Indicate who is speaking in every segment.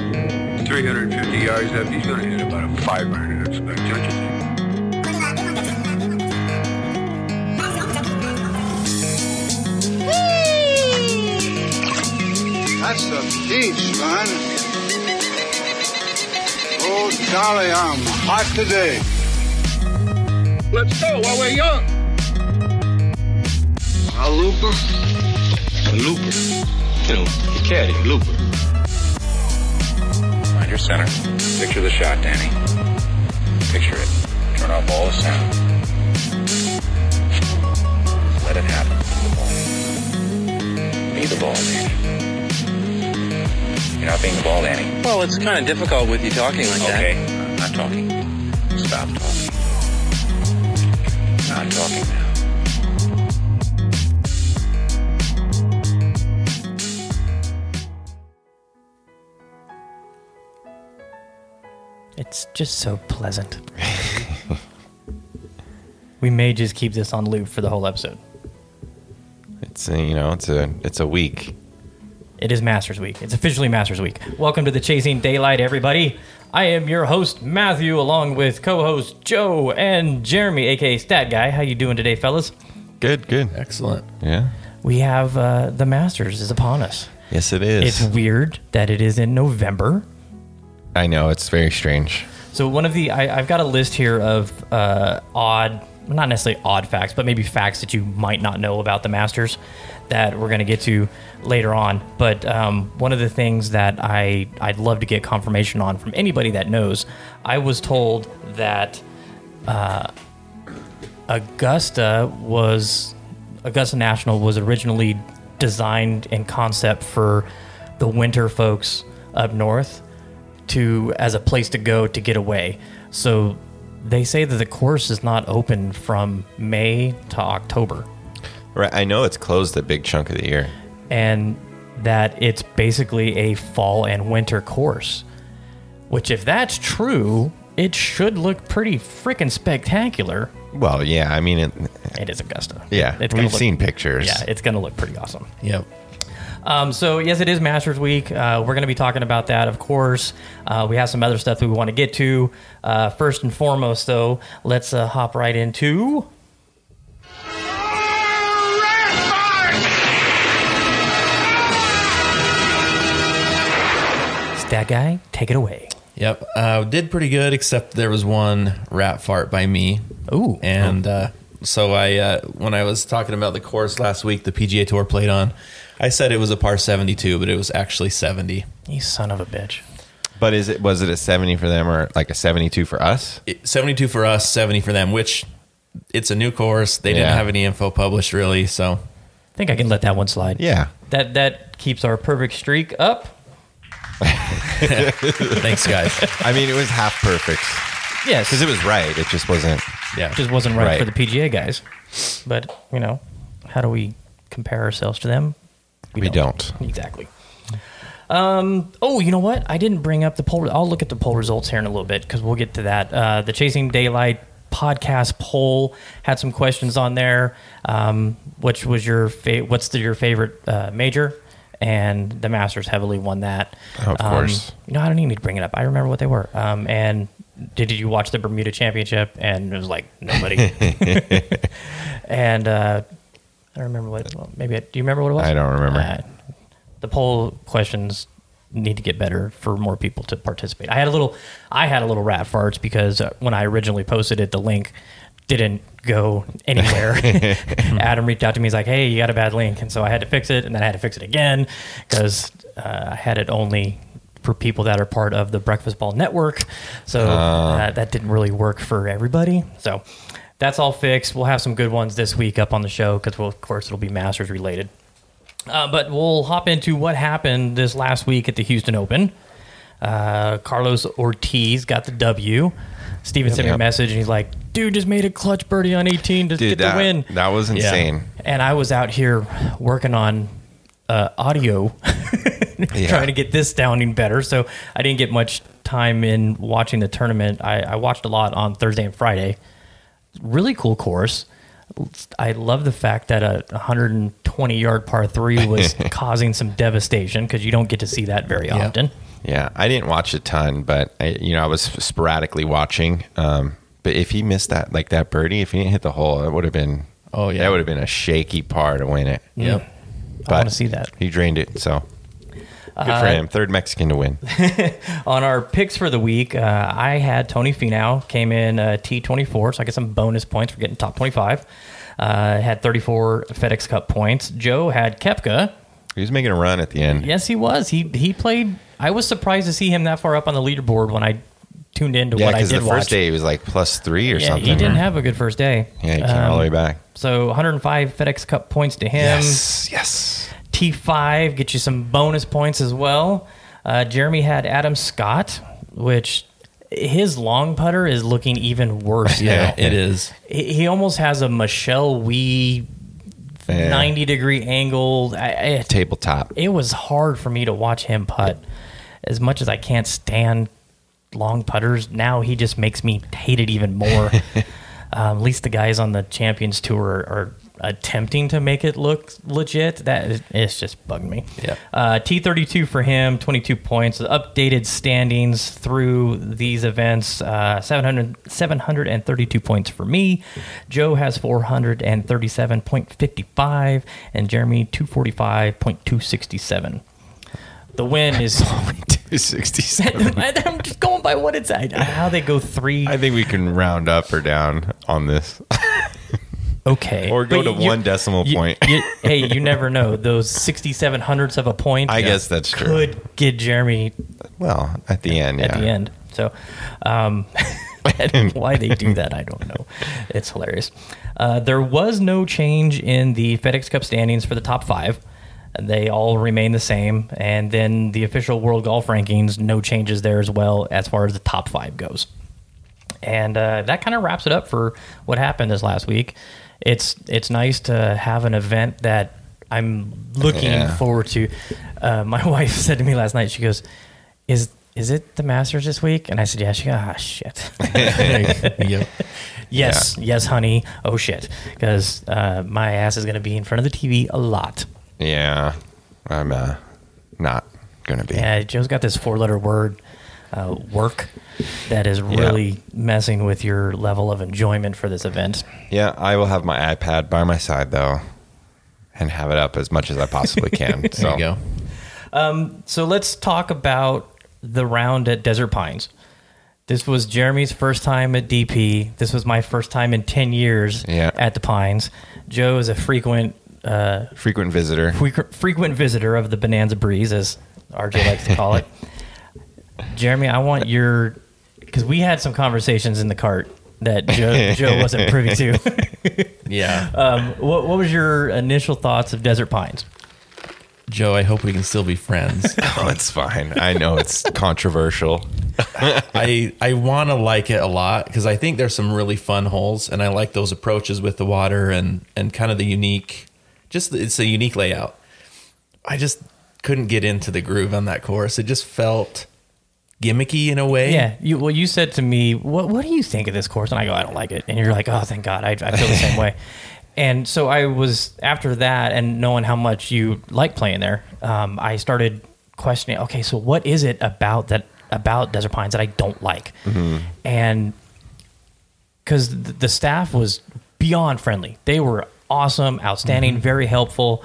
Speaker 1: 350 yards up, he's going to hit about a 500, I expect, don't you think?
Speaker 2: That's a peach, man. Oh, golly, I'm hot today.
Speaker 1: Let's go while we're young.
Speaker 2: A looper?
Speaker 3: A looper. You know, a caddy, a looper.
Speaker 1: Find your center. Picture the shot, Danny. Picture it. Turn off all the sound. Let it happen. Be the ball. Be the ball, Danny. You're not being the ball, Danny.
Speaker 4: Well, it's kind of difficult with you talking like
Speaker 1: Okay, I'm not talking. Stop talking. Not talking now.
Speaker 5: It's just so pleasant. we may just keep this on loop for the whole episode.
Speaker 6: It's a, you know, it's a it's a week.
Speaker 5: It is Masters Week. It's officially Masters Week. Welcome to the Chasing Daylight, everybody. I am your host Matthew, along with co-host Joe and Jeremy, aka Stat Guy. How you doing today, fellas?
Speaker 6: Good, good.
Speaker 7: Excellent.
Speaker 6: Yeah.
Speaker 5: We have uh, the Masters is upon us.
Speaker 6: Yes, it is.
Speaker 5: It's weird that it is in November.
Speaker 6: I know it's very strange.
Speaker 5: So one of the I, I've got a list here of uh, odd, not necessarily odd facts, but maybe facts that you might not know about the Masters that we're going to get to later on. But um, one of the things that I I'd love to get confirmation on from anybody that knows, I was told that uh, Augusta was Augusta National was originally designed in concept for the winter folks up north to as a place to go to get away. So they say that the course is not open from May to October
Speaker 6: Right. I know it's closed a big chunk of the year.
Speaker 5: and that it's basically a fall and winter course. Which if that's true, it should look pretty freaking spectacular.
Speaker 6: Well, yeah. I mean, it,
Speaker 5: It is Augusta.
Speaker 6: yeah.
Speaker 5: It's gonna
Speaker 6: We've
Speaker 5: look-
Speaker 6: seen pictures.
Speaker 5: Yeah, it's going to look pretty awesome.
Speaker 7: Yep.
Speaker 5: Um, so yes, it is Masters Week. Uh, we're going to be talking about that, of course. Uh, we have some other stuff that we want to get to. Uh, first and foremost, though, let's uh, hop right into. Stat guy, take it away.
Speaker 7: Yep. Uh, did pretty good, except there was one rat fart by me.
Speaker 5: Ooh.
Speaker 7: And uh, so I, uh, when I was talking about the course last week, the PGA Tour played on. I said it was a par 72, but it was actually 70.
Speaker 5: You son of a bitch.
Speaker 6: But is it was it a seventy for them or like a seventy-two for us?
Speaker 7: It- 72 for us, 70 for them, which it's a new course. They didn't
Speaker 6: Yeah.
Speaker 7: have any info published really. So
Speaker 5: I think I can let that one slide.
Speaker 6: Yeah.
Speaker 5: That that keeps our perfect streak up.
Speaker 7: thanks, guys.
Speaker 6: I mean, it was half perfect
Speaker 5: Yes.
Speaker 6: because it was right. It just wasn't.
Speaker 7: Yeah.
Speaker 5: just wasn't right,
Speaker 6: Right.
Speaker 5: for the PGA guys. But you know, how do we compare ourselves to them?
Speaker 6: We don't.
Speaker 5: exactly. Um, oh, you know what? I didn't bring up the poll. I'll look at the poll results here in a little bit because we'll get to that. Uh, the Chasing Daylight podcast poll had some questions on there. Um, which was your fa- what's the, your favorite uh, major? And the Masters heavily won that.
Speaker 6: Of
Speaker 5: Um,
Speaker 6: course.
Speaker 5: You know, I don't even need to bring it up. I remember what they were. Um, and did, did you watch the Bermuda Championship? And it was like nobody. and uh, I don't remember what. Well, maybe it, do you remember what it was? Uh,
Speaker 6: I don't remember.
Speaker 5: the poll questions need to get better for more people to participate. I had a little, I had a little rat farts because uh, when I originally posted it, the link didn't go anywhere. Adam reached out to me. He's like, "Hey, you got a bad link," and so I had to fix it, and then I had to fix it again because uh, I had it only. For people that are part of the Breakfast Ball Network, so uh, that didn't really work for everybody. So that's all fixed. We'll have some good ones this week up on the show because, we'll, of course, it'll be Masters related. Uh, but we'll hop into what happened this last week at the Houston Open. Uh, Carlos Ortiz got the W. Steven sent me a
Speaker 6: Yep.
Speaker 5: message and he's like, dude, just made a clutch birdie on 18 to
Speaker 6: Dude,
Speaker 5: get
Speaker 6: that
Speaker 5: the win.
Speaker 6: that was insane.
Speaker 5: And I was out here working on uh, audio, trying to get this sounding better. So I didn't get much time in watching the tournament. I, I watched a lot on Thursday and Friday. Really cool course. I love the fact that a 120 yard par three was causing some devastation because you don't get to see that very often.
Speaker 6: Yeah, I didn't watch a ton, but I, you know, I was sporadically watching. Um, but if he missed that, like that birdie, if he didn't hit the hole, it would have been.
Speaker 7: Oh, yeah.
Speaker 6: that would have been a shaky par to win it.
Speaker 7: Yep.
Speaker 6: But
Speaker 5: I want to see Uh, that.
Speaker 6: He drained it, so good for him. Third Mexican to win.
Speaker 5: On our picks for the week, uh, I had Tony Finau came in uh, T24, so I get some bonus points for getting top 25. Uh, had 34 FedEx Cup points. Joe had Kepka.
Speaker 6: He was making a run at the end.
Speaker 5: Yes, he was. He he played. I was surprised to see him that far up on the leaderboard when I tuned into
Speaker 6: yeah,
Speaker 5: what I
Speaker 6: because
Speaker 5: did
Speaker 6: the first
Speaker 5: watch.
Speaker 6: day he was like plus three or
Speaker 5: yeah,
Speaker 6: something.
Speaker 5: he didn't have a good first day. Um,
Speaker 6: Yeah, he came all the way back.
Speaker 5: So 105 FedEx Cup points to him.
Speaker 6: yes, yes.
Speaker 5: T5 get you some bonus points as well. Uh, Jeremy had Adam Scott, which his long putter is looking even worse.
Speaker 7: Yeah,
Speaker 5: now.
Speaker 7: it is.
Speaker 5: He, he almost has a Michelle Wee
Speaker 6: Yeah.
Speaker 5: 90 degree angle. I, I,
Speaker 6: tabletop.
Speaker 5: it was hard for me to watch him putt. As much as I can't stand long putters, now he just makes me hate it even more. um, at least the guys on the Champions Tour are attempting to make it look legit. That is, it's just bugged me.
Speaker 7: Yep.
Speaker 5: Uh, T32 for him, 22 points. The updated standings through these events, uh, 700, 732 points for me. Joe has 437.55, and Jeremy 245.267. The win is.
Speaker 6: Two sixty seven.
Speaker 5: I'm just going by what it's at. How they go three.
Speaker 6: I think we can round up or down on this,
Speaker 5: Okay.
Speaker 6: or go
Speaker 5: But
Speaker 6: to
Speaker 5: you-
Speaker 6: one decimal
Speaker 5: you-
Speaker 6: point.
Speaker 5: you- hey, you never know. Those 67 hundredths of a point.
Speaker 6: I guess that's true.
Speaker 5: could get Jeremy
Speaker 6: well, at the end, yeah.
Speaker 5: at the end. So, um, why they do that, I don't know. It's hilarious. Uh, there was no change in the FedEx Cup standings for the top five. They all remain the same. And then the official world golf rankings, no changes there as well as far as the top five goes. And uh, that kind of wraps it up for what happened this last week. It's it's nice to have an event that I'm looking
Speaker 6: Yeah.
Speaker 5: forward to. Uh, my wife said to me last night, she goes, "Is is it the Masters this week?" And I said, "Yeah." She goes, "Ah, shit."
Speaker 7: Yep.
Speaker 5: yes, yes, honey. Oh shit, because uh, my ass is gonna be in front of the TV a lot.
Speaker 6: Yeah, I'm uh, not gonna be.
Speaker 5: Yeah, Joe's got this four-letter word, uh, work, that is really messing with your level of enjoyment for this event.
Speaker 6: Yeah, I will have my iPad by my side though, and have it up as much as I possibly can. so
Speaker 7: There you go.
Speaker 5: So let's talk about the round at Desert Pines. This was Jeremy's first time at DP. This was my first time in 10 years
Speaker 6: Yeah.
Speaker 5: at the Pines. Joe is a frequent uh,
Speaker 6: frequent visitor.
Speaker 5: frequ- frequent visitor of the Bonanza Breeze, as RJ likes to call it. Jeremy, I want your because we had some conversations in the cart that Joe, Joe wasn't privy to.
Speaker 7: Yeah.
Speaker 5: um, what, what was your initial thoughts of Desert Pines?
Speaker 7: Joe, I hope we can still be friends.
Speaker 6: Oh, it's fine. I know it's controversial.
Speaker 7: I I want to like it a lot because I think there's some really fun holes, and I like those approaches with the water and and kind of the unique, just the, it's a unique layout. I just couldn't get into the groove on that course. It just felt gimmicky in a way.
Speaker 5: Yeah. You, well, you said to me, what, what do you think of this course? And I go, I don't like it. And you're like, oh, thank God. I, I feel the same way. And so I was, after that and knowing how much you like playing there, um, I started questioning, okay, so what is it about that, about Desert Pines that I don't like? And because the staff was beyond friendly. They were awesome, outstanding,
Speaker 6: Mm-hmm.
Speaker 5: very helpful.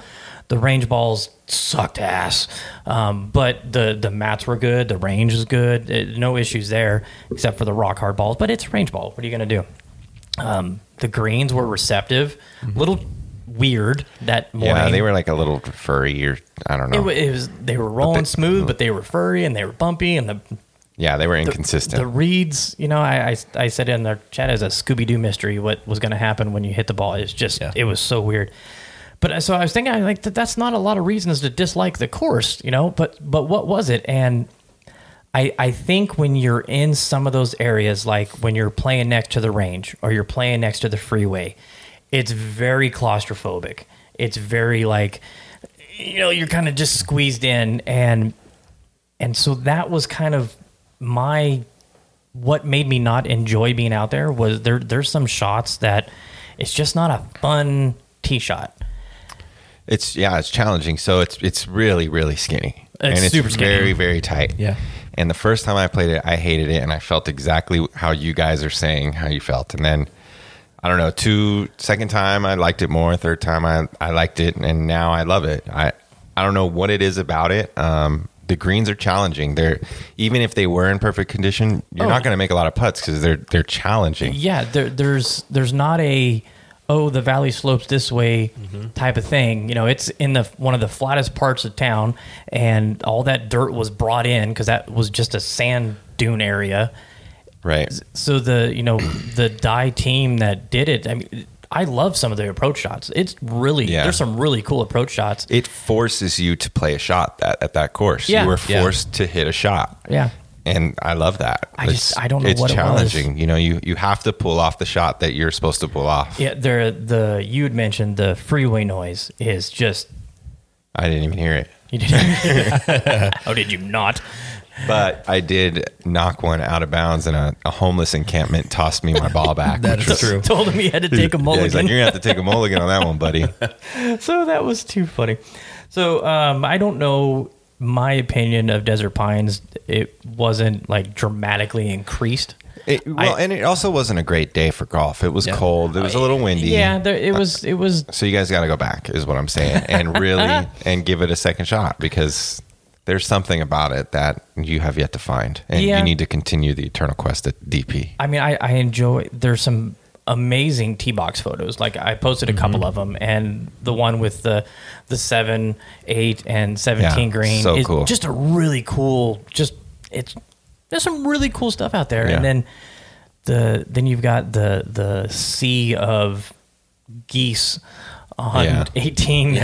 Speaker 5: The range balls sucked ass, um, but the the mats were good. The range is good. Uh, no issues there, except for the rock hard balls. But it's a range ball. What are you going to do? Um, the greens were receptive, little weird that morning.
Speaker 6: Mm-hmm. Yeah, they were like a little furry or I don't
Speaker 5: It,
Speaker 6: know.
Speaker 5: wa- it was they were rolling smooth,
Speaker 6: Mm-hmm.
Speaker 5: but they were furry and they were bumpy, and the
Speaker 6: yeah, they were
Speaker 5: the-
Speaker 6: inconsistent.
Speaker 5: The reads, you know, I, I, I said in the chat as a Scooby Doo mystery what was going to happen when you hit the ball. It's just,
Speaker 7: Yeah.
Speaker 5: it was so weird. But uh, so I was thinking, I like that. That's not a lot of reasons to dislike the course, you know. But but what was it? And I I think when you're in some of those areas, like when you're playing next to the range or you're playing next to the freeway, it's very claustrophobic. It's very like, you know, you're kind of just squeezed in, and and so that was kind of my what made me not enjoy being out there was there there's some shots that it's just not a fun tee shot.
Speaker 6: it's yeah, it's challenging. So it's it's really really skinny.
Speaker 5: It's
Speaker 6: and it's
Speaker 5: super scary.
Speaker 6: very very tight.
Speaker 7: Yeah.
Speaker 6: And the first time I played it, I hated it, and I felt exactly how you guys are saying how you felt. And then I don't know, two second time I liked it more, third time I I liked it, and now I love it. I I don't know what it is about it. Um, the greens are challenging. They're even if they were in perfect condition, you're
Speaker 5: Oh.
Speaker 6: not going to make a lot of putts because they're they're challenging.
Speaker 5: yeah there, there's there's not a oh the valley slopes this way type of thing you know it's in the one of the flattest parts of town and all that dirt was brought in because that was just a sand dune area
Speaker 6: Right.
Speaker 5: so the you know the die team that did it i mean i love some of the approach shots it's really
Speaker 6: Yeah.
Speaker 5: there's some really cool approach shots
Speaker 6: It forces you to play a shot that, at that course.
Speaker 5: Yeah.
Speaker 6: You were
Speaker 7: Yeah.
Speaker 6: forced to hit a shot.
Speaker 5: yeah
Speaker 6: and I love that.
Speaker 5: I just- I don't know
Speaker 6: it's
Speaker 5: what it was.
Speaker 6: challenging. You know, you you have to pull off the shot that you're supposed to pull off.
Speaker 5: yeah there the you'd mentioned the freeway noise is just
Speaker 6: I didn't even hear it,
Speaker 5: you didn't oh did you not
Speaker 6: but I did knock one out of bounds, and a, a homeless encampment tossed me my ball back.
Speaker 7: That
Speaker 6: which
Speaker 7: is
Speaker 6: was-
Speaker 7: true.
Speaker 5: told him he had to take a
Speaker 6: Yeah, he's
Speaker 5: mulligan
Speaker 6: like, you're gonna have to take a mulligan on that one, buddy.
Speaker 5: so that was too funny. So um, I don't know my opinion of Desert Pines. It wasn't like dramatically increased.
Speaker 6: It, well,
Speaker 5: I-
Speaker 6: and it also wasn't a great day for golf. It was
Speaker 7: Yeah.
Speaker 6: cold. It was a little windy.
Speaker 5: Yeah, there, it was. It was.
Speaker 6: So you guys got to go back, is what I'm saying, and really and give it a second shot because there's something about it that you have yet to find, and
Speaker 5: Yeah.
Speaker 6: you need to continue the eternal quest at DP.
Speaker 5: I mean, I, I enjoy. There's some amazing tee box photos. Like I posted a
Speaker 6: Mm-hmm.
Speaker 5: couple of them, and the one with the the seven, eight, and seventeen
Speaker 6: Yeah,
Speaker 5: green
Speaker 6: so
Speaker 5: is
Speaker 6: cool.
Speaker 5: just a really cool. Just it's there's some really cool stuff out there,
Speaker 6: Yeah.
Speaker 5: and then the then you've got the the sea of geese on
Speaker 6: Yeah.
Speaker 5: 18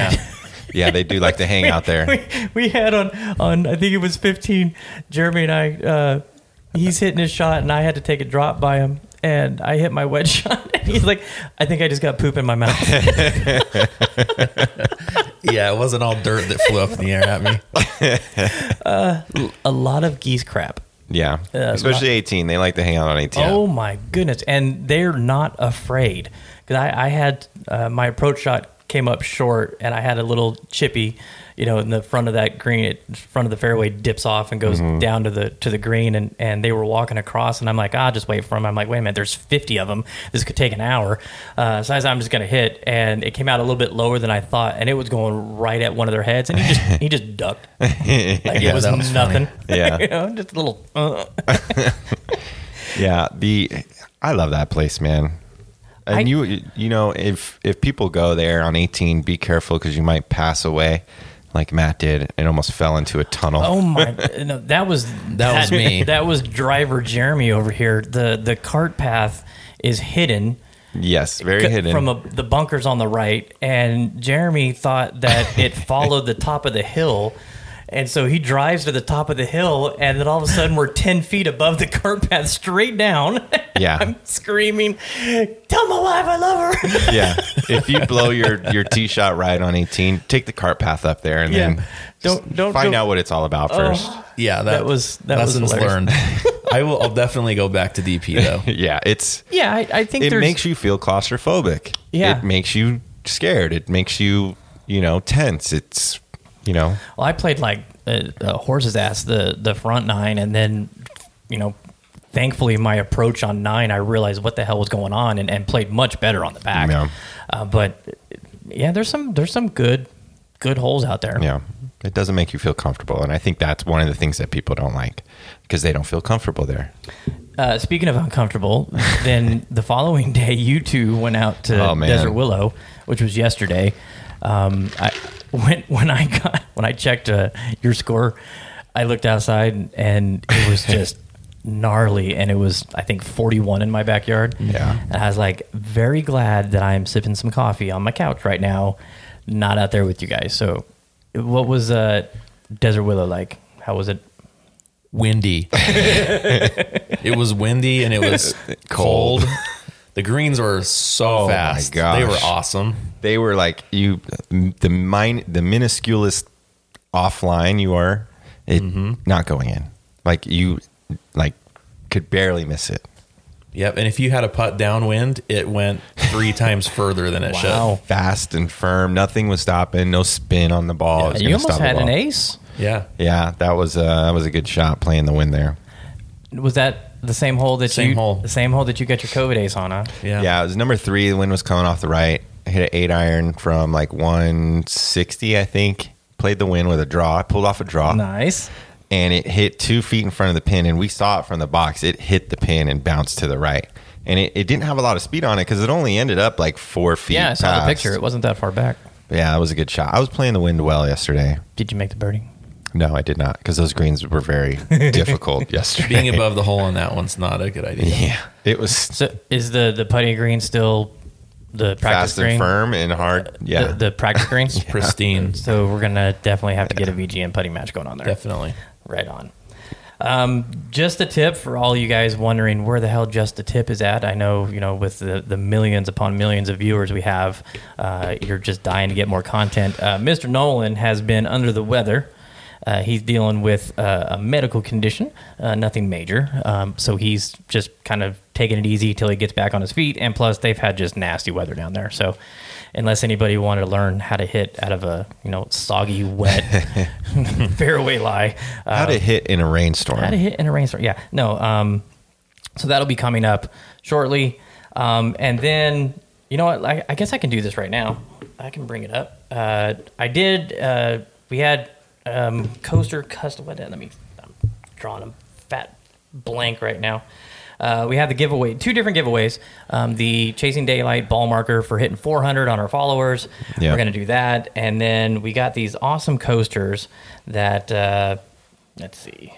Speaker 6: Yeah, they do like to hang out there.
Speaker 5: we, we had on on I think it was 15. Jeremy and I, uh, he's hitting his shot, and I had to take a drop by him, and I hit my wedge shot, and he's like, "I think I just got poop in my mouth."
Speaker 7: Yeah, it wasn't all dirt that flew up in the air at me.
Speaker 5: a lot of geese crap.
Speaker 6: Yeah, especially 18. They like to hang out on 18.
Speaker 5: Oh my goodness! And they're not afraid because I, I had uh, my approach shot came up short, and I had a little chippy, you know, in the front of that green, it, front of the fairway dips off and goes
Speaker 7: Mm-hmm.
Speaker 5: down to the to the green, and and they were walking across, and I'm like, ah, just wait for them. I'm like, wait a minute, there's 50 of them. This could take an hour. Uh, so I said, I'm just gonna hit, and it came out a little bit lower than I thought, and it was going right at one of their heads, and he just he just ducked. Like it was,
Speaker 7: that was
Speaker 5: nothing.
Speaker 6: Yeah.
Speaker 5: you know, just a little. Uh,
Speaker 6: Yeah, the I love that place, man. And
Speaker 5: I-
Speaker 6: you you know if if people go there on 18, be careful because you might pass away, like Matt did, and almost fell into a tunnel.
Speaker 5: Oh my! No, that was that,
Speaker 7: was me.
Speaker 5: That was driver Jeremy over here. the The cart path is hidden
Speaker 6: yes, very
Speaker 5: c-
Speaker 6: hidden.
Speaker 5: from a, the bunkers on the right, and Jeremy thought that it followed the top of the hill. And so he drives to the top of the hill, and then all of a sudden we're ten feet above the cart path, straight down.
Speaker 6: Yeah.
Speaker 5: I'm screaming, "Tell my wife I love her."
Speaker 6: yeah, if you blow your your tee shot right on 18, take the cart path up there and
Speaker 5: Yeah.
Speaker 6: then
Speaker 5: Don't-
Speaker 6: just
Speaker 5: don't- Oh.
Speaker 6: find
Speaker 5: don't-
Speaker 6: out what it's all about first.
Speaker 7: Yeah, that,
Speaker 5: was- that was
Speaker 7: lessons learned.
Speaker 5: hilarious.
Speaker 7: I will. I'll definitely go back to DP though.
Speaker 6: Yeah, it's
Speaker 5: yeah, I, I think
Speaker 6: it
Speaker 5: there's,
Speaker 6: makes you feel claustrophobic.
Speaker 5: Yeah.
Speaker 6: It makes you scared. It makes you, you know, tense. It's, you know,
Speaker 5: Well, I played like a, a horse's ass the the front nine, and then you know, thankfully my approach on nine, I realized what the hell was going on, and, and played much better on the back.
Speaker 6: Yeah.
Speaker 5: Uh, but yeah, there's some there's some good good holes out there.
Speaker 6: yeah, it doesn't make you feel comfortable. And I think that's one of the things that people don't like because they don't feel comfortable there.
Speaker 5: Uh, speaking of uncomfortable, then the following day you two went out to
Speaker 6: Oh, man.
Speaker 5: Desert Willow, which was yesterday. Um, I when when I got when I checked uh, your score, I looked outside and it was just gnarly, and it was I think forty one in my backyard.
Speaker 6: Yeah.
Speaker 5: and I was like very glad that I am sipping some coffee on my couch right now, not out there with you guys. So, what was uh, Desert Willow like? How was it?
Speaker 7: Windy. it was windy and it was cold. The greens were so
Speaker 6: Oh my
Speaker 7: fast. They
Speaker 6: gosh.
Speaker 7: were awesome.
Speaker 6: They were like, you, the mine, the minusculest offline you are, it not going in. Like you, like, could barely miss it.
Speaker 7: Yep. And if you had a putt downwind, it went three times further than it should.
Speaker 5: Wow.
Speaker 6: Fast and firm. Nothing was stopping. No spin on the ball. It was
Speaker 5: you
Speaker 6: gonna
Speaker 5: almost
Speaker 6: stop the
Speaker 5: had an
Speaker 6: ball.
Speaker 5: ace.
Speaker 7: Yeah.
Speaker 6: yeah, that was uh, that was a good shot playing the win there.
Speaker 5: Was that the same hole that
Speaker 7: Same
Speaker 5: you
Speaker 7: hole.
Speaker 5: the same hole that you got your COVID ace on? Huh?
Speaker 7: Yeah.
Speaker 6: Yeah, it was number three. The wind was coming off the right. I hit an eight iron from like 160, I think. Played the win with a draw. I pulled off a draw
Speaker 5: Nice.
Speaker 6: and it hit two feet in front of the pin. And we saw it from the box. It hit the pin and bounced to the right. And it, it didn't have a lot of speed on it because it only ended up like four feet.
Speaker 5: Yeah, I saw
Speaker 6: past.
Speaker 5: the picture. It wasn't that far back.
Speaker 6: Yeah, that was a good shot. I was playing the wind well yesterday.
Speaker 5: Did you make the birdie?
Speaker 6: No, I did not because those greens were very difficult yesterday.
Speaker 7: Being above the hole on that one's not a good idea.
Speaker 6: Yeah, it was
Speaker 5: So is the the putting green still the practice
Speaker 6: fast
Speaker 5: green? Uh,
Speaker 6: and firm and hard. Yeah,
Speaker 5: The, the practice green.
Speaker 7: Pristine.
Speaker 5: So we're gonna definitely have to get a VGM putting match going on there.
Speaker 7: Definitely.
Speaker 5: Right on. Um, just a tip for all you guys wondering where the hell just a tip is at. I know you know with the, the millions upon millions of viewers we have, uh, you're just dying to get more content. Uh, Mr. Nolan has been under the weather. Uh, he's dealing with uh, a medical condition, uh, nothing major. Um, so he's just kind of taking it easy till he gets back on his feet. And plus, they've had just nasty weather down there. So, unless anybody wanted to learn how to hit out of a you know soggy, wet fairway lie, uh,
Speaker 6: how to hit in a rainstorm.
Speaker 5: how to hit in a rainstorm. Yeah. No. Um, so that'll be coming up shortly. Um, and then, you know what? I, I guess I can do this right now. I can bring it up. Uh, I did. Uh, we had um, Coaster Custom. What? the- Let me. I'm drawing a fat blank right now. Uh, we had the giveaway, two different giveaways. Um, the Chasing Daylight ball marker for hitting 400 on our followers.
Speaker 6: Yeah.
Speaker 5: We're going to do that. And then we got these awesome coasters that, uh, let's see.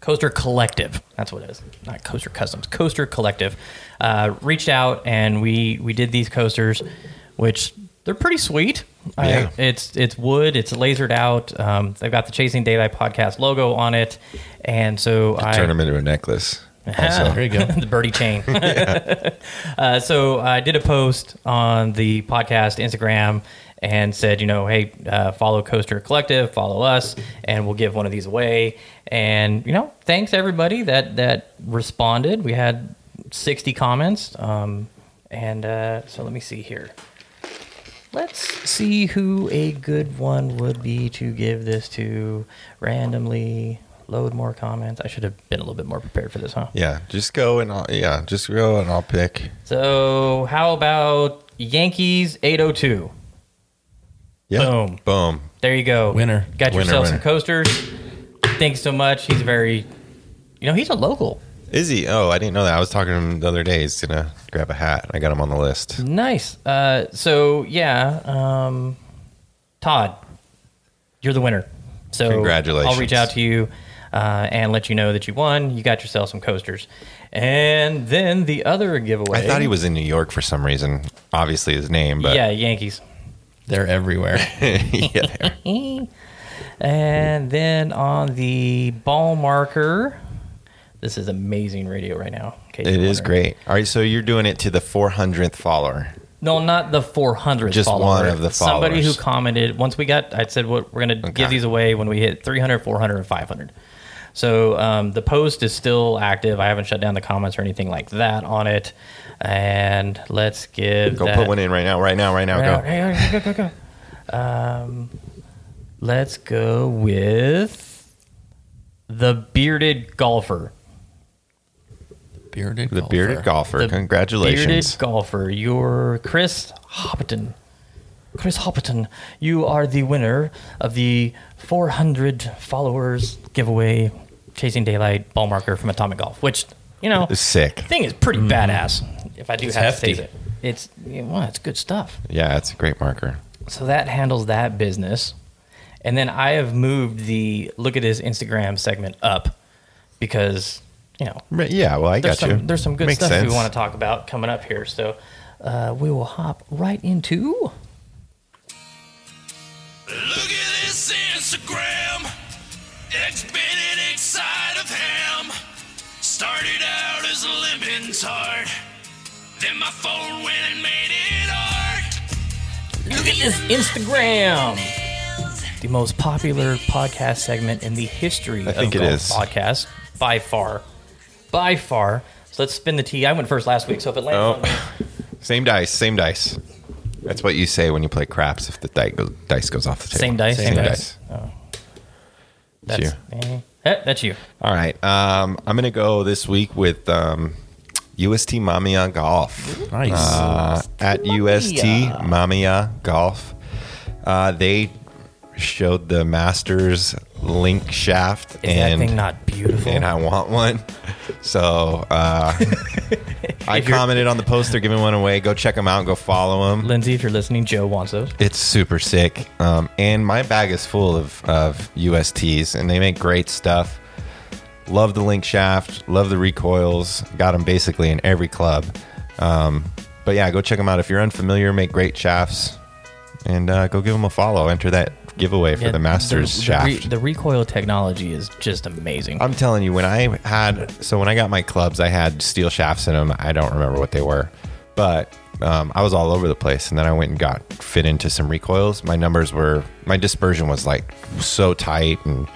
Speaker 5: Coaster Collective. That's what it is. Not Coaster Customs. Coaster Collective uh, reached out and we we did these coasters, which they're pretty sweet. I-
Speaker 6: Yeah.
Speaker 5: it's it's wood. It's lasered out. Um, they've got the Chasing Daylight podcast logo on it, and so I
Speaker 6: Turn them into a necklace.
Speaker 5: Ah,
Speaker 6: Also.
Speaker 7: There you go.
Speaker 5: the birdie chain. uh, so I did a post on the podcast Instagram and said, you know, hey, uh, follow Coaster Collective, follow us, and we'll give one of these away. And you know, thanks everybody that that responded. We had sixty comments, um, and uh, so let me see here. Let's see who a good one would be to give this to randomly. Load more comments. I should have been a little bit more prepared for this, huh?
Speaker 6: Yeah, just go and I'll, yeah, just go and I'll pick.
Speaker 5: So how about Yankees 802?
Speaker 6: Yeah.
Speaker 5: Boom.
Speaker 6: boom.
Speaker 5: There you go.
Speaker 7: Winner.
Speaker 5: Got
Speaker 6: Winner,
Speaker 5: yourself
Speaker 6: winner.
Speaker 5: some coasters. Thanks so much. He's very, you know, he's a local.
Speaker 6: Is he? Oh, I didn't know that. I was talking to him the other day. He's gonna grab a hat. and I got him on the list.
Speaker 5: Nice. Uh, so yeah, um, Todd, you're the winner. So
Speaker 6: Congratulations.
Speaker 5: I'll reach out to you uh, and let you know that you won. You got yourself some coasters, and then the other giveaway.
Speaker 6: I thought he was in New York for some reason. Obviously his name, but
Speaker 5: yeah, Yankees.
Speaker 7: They're everywhere.
Speaker 6: yeah, there.
Speaker 5: And then on the ball marker, this is amazing radio right now. in case
Speaker 6: it
Speaker 5: you're
Speaker 6: is
Speaker 5: wondering.
Speaker 6: great. All right, so you're doing it to the 400th follower.
Speaker 5: No, not the 400.
Speaker 6: Just
Speaker 5: follower.
Speaker 6: one of the
Speaker 5: Somebody who
Speaker 6: followers.
Speaker 5: commented. Once we got, I said, "What we're going to give these away when we hit 300, 400, and 500." So um, the post is still active. I haven't shut down the comments or anything like that on it. And let's give
Speaker 6: Go
Speaker 5: that,
Speaker 6: put one in right now, right now, right now.
Speaker 5: Right,
Speaker 6: go.
Speaker 5: right, right, go, go, go. Um, let's go with the bearded golfer.
Speaker 7: Bearded
Speaker 6: The bearded golfer.
Speaker 5: The
Speaker 6: Congratulations.
Speaker 5: Bearded golfer. You're Chris Hopperton. Chris Hopperton, you are the winner of the 400 followers giveaway Chasing Daylight ball marker from Atomic Golf, which, you know,
Speaker 6: It's sick. Mm-hmm.
Speaker 5: thing is pretty badass, if I do have
Speaker 7: hefty.
Speaker 5: to say it. It's, yeah, well, it's good stuff.
Speaker 6: Yeah, it's a great marker.
Speaker 5: So that handles that business. And then I have moved the look at his Instagram segment up because, you know,
Speaker 6: Right, Yeah, well, I
Speaker 5: there's
Speaker 6: got you.
Speaker 5: some, There's some good
Speaker 6: Makes
Speaker 5: stuff
Speaker 6: sense.
Speaker 5: we want to talk about coming up here. So uh, we will hop right into.
Speaker 8: Look at this Instagram. It's been an inside of ham. Started out as a lemon tart. Then my phone went and made it art.
Speaker 5: Look at this Instagram. The most popular podcast segment in the history
Speaker 6: I think
Speaker 5: of
Speaker 6: it
Speaker 5: golf
Speaker 6: is.
Speaker 5: podcast by far. By far. So let's spin the tee. I went first last week, so if it lands
Speaker 6: Oh.
Speaker 5: on me,
Speaker 6: Same dice, same dice. That's what you say when you play craps if the dice goes, dice goes off the table.
Speaker 5: Same dice,
Speaker 7: Same
Speaker 5: same, dice.
Speaker 6: dice.
Speaker 5: Oh.
Speaker 6: It's
Speaker 5: That's eh, eh, that's you.
Speaker 6: All right. Um, I'm going to go this week with um, UST Mamiya Golf.
Speaker 7: Nice.
Speaker 6: Uh, at UST Mamiya Golf. Uh, they showed the Masters link shaft.
Speaker 5: Is
Speaker 6: and
Speaker 5: that thing not beautiful?
Speaker 6: and I want one. So uh, I commented on the post. They're giving one away. Go check them out. Go follow them.
Speaker 5: Lindsay, if you're listening, Joe wants those.
Speaker 6: It's super sick. Um, and my bag is full of, of USTs, and they make great stuff. Love the link shaft. Love the recoils. Got them basically in every club. Um, but yeah, go check them out. If you're unfamiliar, make great shafts. And uh, go give them a follow. Enter that giveaway for
Speaker 5: Yeah,
Speaker 6: the Masters
Speaker 5: the,
Speaker 6: shaft. Uh,
Speaker 5: The, re- the recoil technology is just amazing.
Speaker 6: I'm telling you, when I had so when I got my clubs, I had steel shafts in them. I don't remember what they were, but um, I was all over the place. And then I went and got fit into some recoils. My numbers were my dispersion was like so tight, and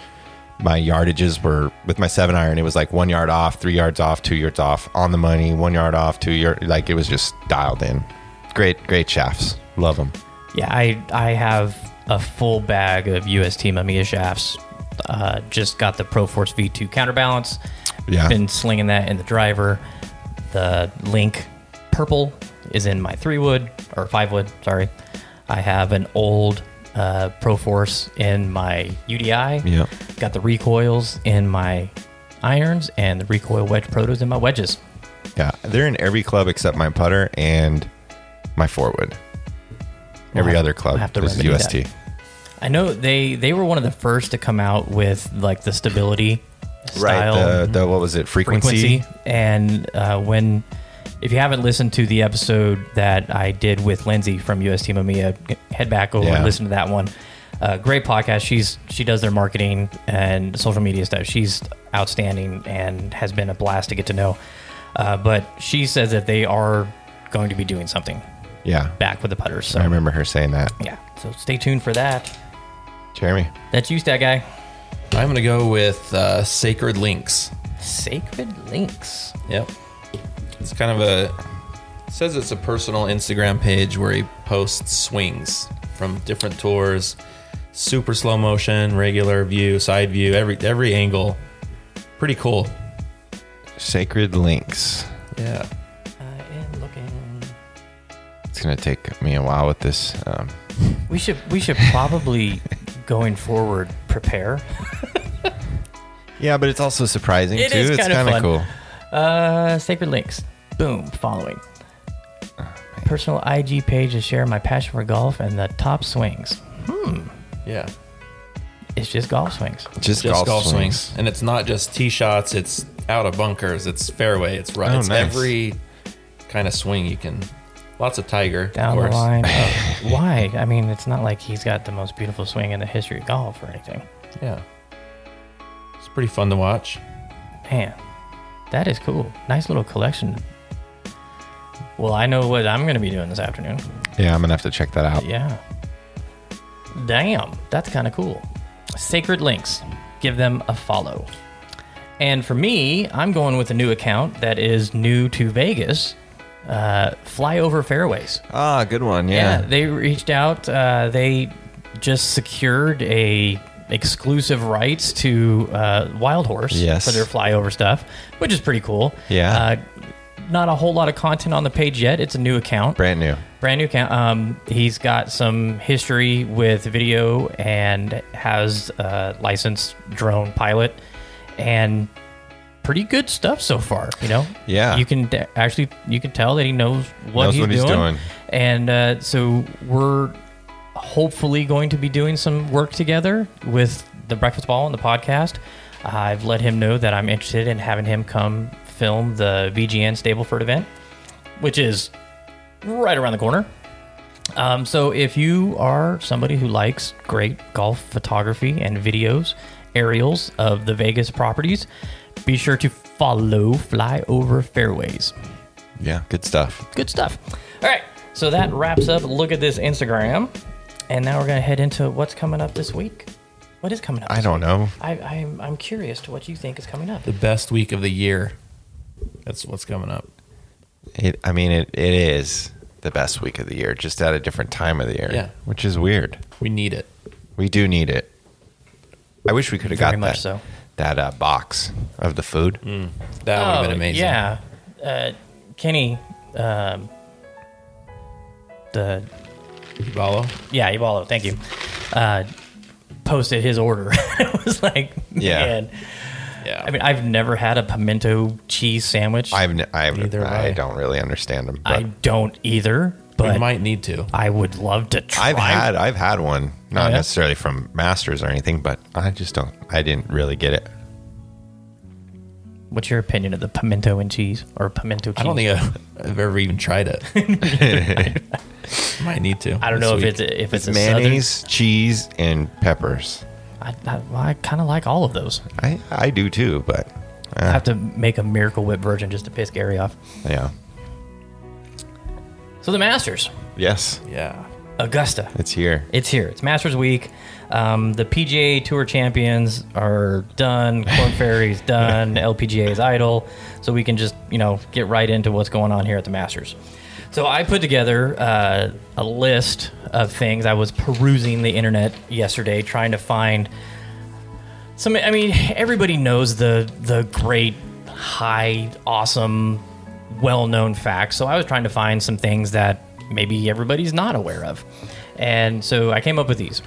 Speaker 6: my yardages were with my seven iron. It was like one yard off, three yards off, two yards off, on the money, one yard off, two yard. Like it was just dialed in. Great, great shafts. Love them.
Speaker 5: Yeah, I I have a full bag of UST Mamiya shafts. Uh, just got the ProForce V2 counterbalance.
Speaker 6: Yeah.
Speaker 5: been slinging that in the driver. The Link purple is in my three wood or five wood. Sorry, I have an old uh, ProForce in my UDI.
Speaker 6: Yep.
Speaker 5: got the recoils in my irons and the recoil wedge protos in my wedges.
Speaker 6: Yeah, they're in every club except my putter and my forward. Every
Speaker 5: have-
Speaker 6: other club
Speaker 5: we'll have to
Speaker 6: is
Speaker 5: remedy
Speaker 6: UST.
Speaker 5: that. I know they they were one of the first to come out with like the stability style
Speaker 6: Right. The, the what was it? Frequency.
Speaker 5: frequency. And uh, when, if you haven't listened to the episode that I did with Lindsay from US Team Mamiya, head back over
Speaker 6: Yeah.
Speaker 5: and listen to that one. Uh, great podcast. She's she does their marketing and social media stuff. She's outstanding and has been a blast to get to know. Uh, but she says that they are going to be doing something
Speaker 6: Yeah.
Speaker 5: back with the putters. So
Speaker 6: I remember her saying that.
Speaker 5: yeah, so stay tuned for that.
Speaker 6: Jeremy.
Speaker 5: That's you, stat guy.
Speaker 7: I'm gonna go with uh, Sacred Links.
Speaker 5: Sacred links.
Speaker 7: Yep. It's kind of a says it's a personal Instagram page where he posts swings from different tours, super slow motion, regular view, side view, every every angle. Pretty cool.
Speaker 6: Sacred links.
Speaker 7: Yeah.
Speaker 5: I am Uh, looking.
Speaker 6: It's gonna take me a while with this. Um,
Speaker 5: We should we should probably going forward prepare.
Speaker 6: yeah, but it's also surprising
Speaker 5: It
Speaker 6: too.
Speaker 5: is
Speaker 6: it's
Speaker 5: kinda
Speaker 6: kind
Speaker 5: fun.
Speaker 6: of cool.
Speaker 5: Uh, sacred links. Boom. Following. Personal IG page to share my passion for golf and the top swings.
Speaker 7: Yeah.
Speaker 5: It's just golf swings.
Speaker 6: Just,
Speaker 7: Just
Speaker 6: golf,
Speaker 7: golf,
Speaker 6: swings.
Speaker 7: swings. And it's not just tee shots, it's out of bunkers, it's fairway, it's right.
Speaker 6: Oh,
Speaker 7: it's
Speaker 6: nice.
Speaker 7: every kind of swing you can lots of tiger,
Speaker 5: Down
Speaker 7: of
Speaker 5: the
Speaker 7: course.
Speaker 5: line. Uh, why? I mean, it's not like he's got the most beautiful swing in the history of golf or anything.
Speaker 7: Yeah. It's pretty fun to watch.
Speaker 5: Man, that is cool. Nice little collection. Well, I know what I'm going to be doing this afternoon.
Speaker 6: Yeah, I'm gonna have to check that out.
Speaker 5: Yeah. Damn, that's kind of cool. Sacred Links. Give them a follow. And for me, I'm going with a new account that is new to Vegas. Uh, Flyover Fairways.
Speaker 6: Ah, good one. Yeah.
Speaker 5: they reached out. Uh, they just secured a exclusive rights to uh, Wild Horse
Speaker 6: Yes.
Speaker 5: for their flyover stuff, which is pretty cool.
Speaker 6: Yeah.
Speaker 5: Uh, not a whole lot of content on the page yet. It's a new account
Speaker 6: Brand new.
Speaker 5: brand new account. Um, he's got some history with video and has a licensed drone pilot and pretty good stuff so far. You know,
Speaker 6: Yeah.
Speaker 5: you can de- actually you can tell that he knows what,
Speaker 6: Knows
Speaker 5: he's,
Speaker 6: what
Speaker 5: doing.
Speaker 6: he's doing.
Speaker 5: And uh, so we're hopefully going to be doing some work together with the Breakfast Ball and the podcast. I've let him know that I'm interested in having him come film the VGN Stableford event, which is right around the corner. Um, so if you are somebody who likes great golf photography and videos, aerials of the Vegas properties, be sure to follow Flyover Fairways.
Speaker 6: Yeah. Good stuff.
Speaker 5: Good stuff. All right, so that wraps up. Look at this Instagram, and now we're gonna head into what's coming up this week. What is coming up?
Speaker 6: I
Speaker 5: this
Speaker 6: don't
Speaker 5: week?
Speaker 6: know.
Speaker 5: I, I'm I'm curious to what you think is coming up.
Speaker 7: the best week of the year. That's what's coming up.
Speaker 6: It, I mean, it, it is. the best week of the year, just at a different time of the year.
Speaker 7: Yeah.
Speaker 6: Which is weird.
Speaker 7: We need it.
Speaker 6: We do need it. I wish we could have
Speaker 5: Very
Speaker 6: got
Speaker 5: much
Speaker 6: that
Speaker 5: so.
Speaker 6: that uh, box of the food.
Speaker 7: That would have been amazing.
Speaker 5: Oh, Yeah, uh, Kenny, um, the
Speaker 7: Follow?
Speaker 5: yeah, Ibalo, thank you. Uh, posted his order. it was like,
Speaker 6: Yeah.
Speaker 5: man.
Speaker 7: Yeah.
Speaker 5: I mean, I've never had a pimento cheese sandwich.
Speaker 6: I've, n- I've
Speaker 7: Neither have
Speaker 6: I,
Speaker 7: I.
Speaker 6: don't really understand them,
Speaker 5: I
Speaker 6: but
Speaker 5: don't either,
Speaker 7: we
Speaker 5: but
Speaker 7: might need to.
Speaker 5: I would love to try.
Speaker 6: I've had I've had one, not
Speaker 5: Oh, yeah?
Speaker 6: necessarily from Masters or anything, but I just don't. I didn't really get it.
Speaker 5: What's your opinion of the pimento and cheese or pimento cheese?
Speaker 7: I don't think I've, I've ever even tried it. might need to.
Speaker 5: I don't
Speaker 7: this
Speaker 5: know if it's
Speaker 7: week.
Speaker 5: if it's, a
Speaker 6: Mayonnaise, cheese, and peppers.
Speaker 5: Southern, I, I, well, I kind of like all of those.
Speaker 6: I I do too, but
Speaker 5: I have to make a miracle whip version just to piss Gary off.
Speaker 6: yeah,
Speaker 5: So the Masters,
Speaker 6: yes,
Speaker 7: Yeah.
Speaker 5: Augusta.
Speaker 6: it's here.
Speaker 5: It's here. It's Masters Week. Um, the PGA Tour champions are done. Corn Ferry's done. LPGA is idle. So we can just, you know, get right into what's going on here at the Masters. So I put together uh, a list of things. I was perusing the internet yesterday trying to find some. I mean, everybody knows the the great, high, awesome, well-known facts. So I was trying to find some things that maybe everybody's not aware of, and so I came up with these.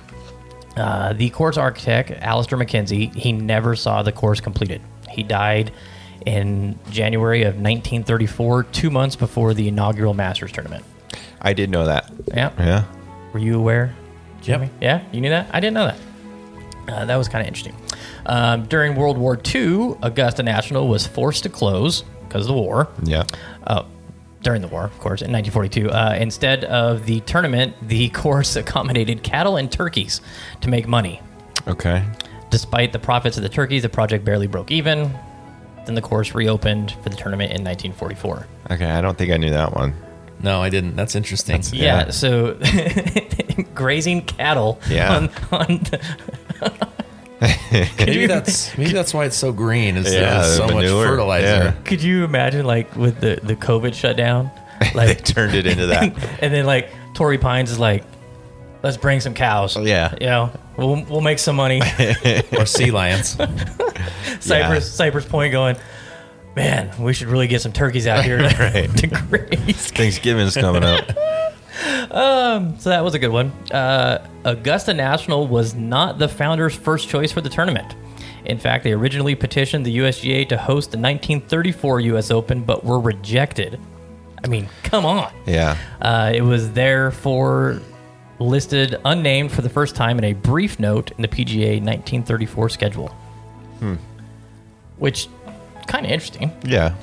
Speaker 5: Uh, the course architect, Alistair McKenzie, he never saw the course completed. He died in January of 1934, two months before the inaugural Masters tournament.
Speaker 6: I did know that.
Speaker 5: Yeah,
Speaker 6: Yeah,
Speaker 5: were you aware?
Speaker 7: Yep.
Speaker 5: Yeah, you knew that? I didn't know that. Uh, that was kind of interesting. Um, during World War II, Augusta National was forced to close because of the war.
Speaker 6: yeah.
Speaker 5: Oh, during the war, of course, in 1942. Uh, instead of the tournament, the course accommodated cattle and turkeys to make money.
Speaker 6: Okay.
Speaker 5: Despite the profits of the turkeys, the project barely broke even. Then the course reopened for the tournament in 1944.
Speaker 6: Okay, I don't think I knew that one.
Speaker 7: No, I didn't. That's interesting.
Speaker 5: Yeah,
Speaker 6: Yeah.
Speaker 5: so grazing cattle
Speaker 6: Yeah.
Speaker 5: on, on the,
Speaker 7: maybe that's maybe that's why it's so green. Is
Speaker 6: Yeah,
Speaker 7: there's so
Speaker 6: the manure.
Speaker 7: much fertilizer?
Speaker 5: Could you imagine like with the the COVID shutdown,
Speaker 6: They
Speaker 5: like
Speaker 6: turned it into that.
Speaker 5: and then like Tory Pines is like, let's bring some cows.
Speaker 6: Oh, yeah.
Speaker 5: You know, we'll we'll make some money.
Speaker 7: Or sea lions?
Speaker 5: Cypress Cypress Point going. Man, we should really get some turkeys out here to,
Speaker 6: Right.
Speaker 5: to graze.
Speaker 6: Thanksgiving's coming up.
Speaker 5: So that was a good one. Uh, Augusta National was not the founders' first choice for the tournament. In fact, they originally petitioned the USGA to host the 1934 U.S. Open, but were rejected. I mean, come on.
Speaker 6: Yeah.
Speaker 5: Uh, it was therefore listed unnamed for the first time in a brief note in the PGA 1934 schedule. Which kind of interesting.
Speaker 6: Yeah.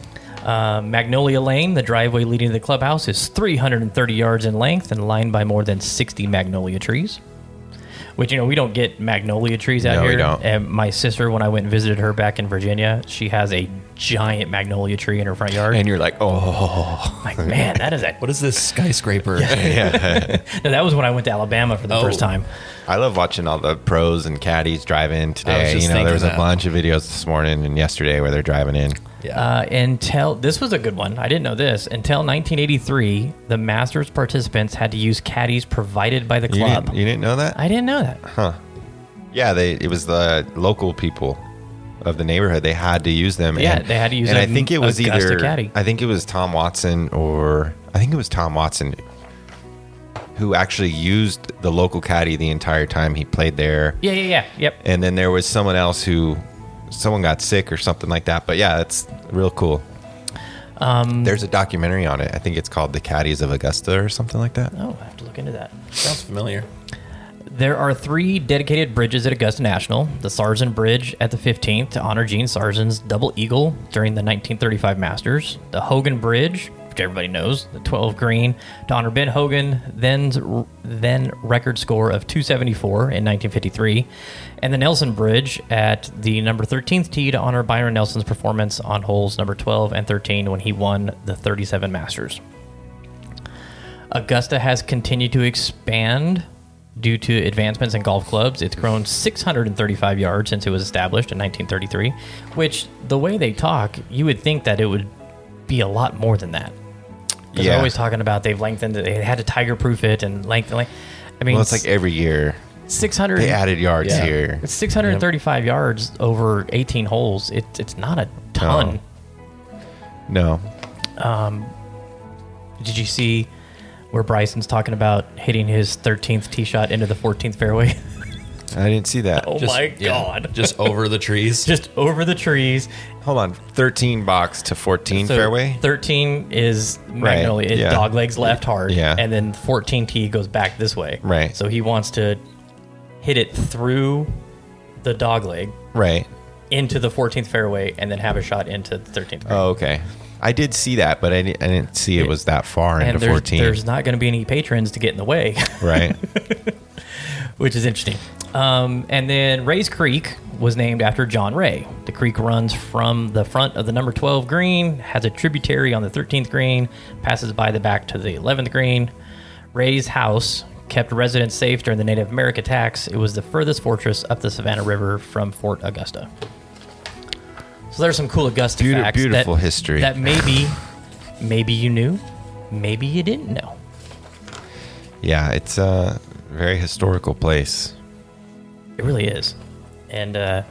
Speaker 5: Uh, Magnolia Lane, the driveway leading to the clubhouse, is 330 yards in length and lined by more than 60 magnolia trees. Which you know we don't get magnolia trees out
Speaker 6: No, we
Speaker 5: here.
Speaker 6: don't.
Speaker 5: And my sister, when I went and visited her back in Virginia, she has a giant magnolia tree in her front yard.
Speaker 6: And you're like, oh,
Speaker 5: like, man, that is a
Speaker 7: What is this skyscraper?
Speaker 5: No, that was when I went to Alabama for the
Speaker 7: Oh.
Speaker 5: first time.
Speaker 6: I love watching all the pros and caddies drive in today.
Speaker 7: just
Speaker 6: You know,
Speaker 7: thinking
Speaker 6: there was a
Speaker 7: that.
Speaker 6: bunch of videos this morning and yesterday where they're driving in.
Speaker 7: Yeah.
Speaker 5: Uh, until this was a good one. I didn't know this until 1983. The Masters participants had to use caddies provided by the
Speaker 6: You
Speaker 5: club.
Speaker 6: didn't, you didn't know that?
Speaker 5: I didn't know that.
Speaker 6: yeah, they it was the local people of the neighborhood. They had to use them.
Speaker 5: Yeah, they had to use
Speaker 6: And I
Speaker 5: an
Speaker 6: think it was
Speaker 5: Augusta
Speaker 6: either
Speaker 5: caddy.
Speaker 6: I think it was Tom Watson or I think it was Tom Watson who actually used the local caddy the entire time he played there.
Speaker 5: Yeah, yeah, yeah. Yep.
Speaker 6: And then there was someone else who someone got sick or something like that. But yeah, that's real cool. Um, There's a documentary on it. I think it's called The Caddies of Augusta or something like that.
Speaker 5: Oh, I have to look into that.
Speaker 7: Sounds familiar.
Speaker 5: There are three dedicated bridges at Augusta National the Sarzen Bridge at the 15th to honor Gene Sarzen's double eagle during the 1935 Masters, the Hogan Bridge, which everybody knows, the 12 green to honor Ben Hogan, then's, then record score of 274 in 1953, and the Nelson Bridge at the number 13th tee to honor Byron Nelson's performance on holes number 12 and 13 when he won the 37 Masters. Augusta has continued to expand due to advancements in golf clubs. It's grown 635 yards since it was established in 1933, which the way they talk, you would think that it would be a lot more than that. because
Speaker 6: Yeah.
Speaker 5: they're always talking about they've lengthened it. They had to tiger proof it and lengthen. Like, I mean,
Speaker 6: Well, it's like every year
Speaker 5: six hundred.
Speaker 6: they added yards
Speaker 7: Yeah.
Speaker 6: here.
Speaker 5: It's 635 yards over 18 holes. It, it's not a ton.
Speaker 6: No,
Speaker 5: Did you see where Bryson's talking about hitting his 13th tee shot into the 14th fairway?
Speaker 6: I didn't see that.
Speaker 5: Oh
Speaker 7: Just-
Speaker 5: my
Speaker 7: yeah,
Speaker 5: God.
Speaker 7: just over the trees.
Speaker 5: Just over the trees.
Speaker 6: Hold on, thirteen box to fourteen
Speaker 5: So
Speaker 6: fairway.
Speaker 5: 13 is Magnolia. It
Speaker 6: yeah.
Speaker 5: dog legs left hard.
Speaker 6: Yeah.
Speaker 5: And then 14 tee goes back this way.
Speaker 6: Right.
Speaker 5: So he wants to hit it through the dog leg
Speaker 6: right.
Speaker 5: into the 14th fairway and then have a shot into the 13th fairway.
Speaker 6: Oh, okay. I did see that, but I didn't, I didn't see it was that far
Speaker 5: and
Speaker 6: into
Speaker 5: there's,
Speaker 6: fourteen.
Speaker 5: there's not going to be any patrons to get in the way.
Speaker 6: right.
Speaker 5: which is interesting. Um, and then Ray's Creek was named after John Ray. The creek runs from the front of the number 12 green, has a tributary on the 13th green, passes by the back to the 11th green. Ray's house kept residents safe during the Native American attacks. It was the furthest fortress up the Savannah River from Fort Augusta. So there's some cool Augusta
Speaker 6: Beauti-
Speaker 5: facts.
Speaker 6: beautiful
Speaker 5: that,
Speaker 6: history.
Speaker 5: That maybe, maybe you knew, maybe you didn't know.
Speaker 6: Yeah, it's a very historical place.
Speaker 5: It really is. And uh,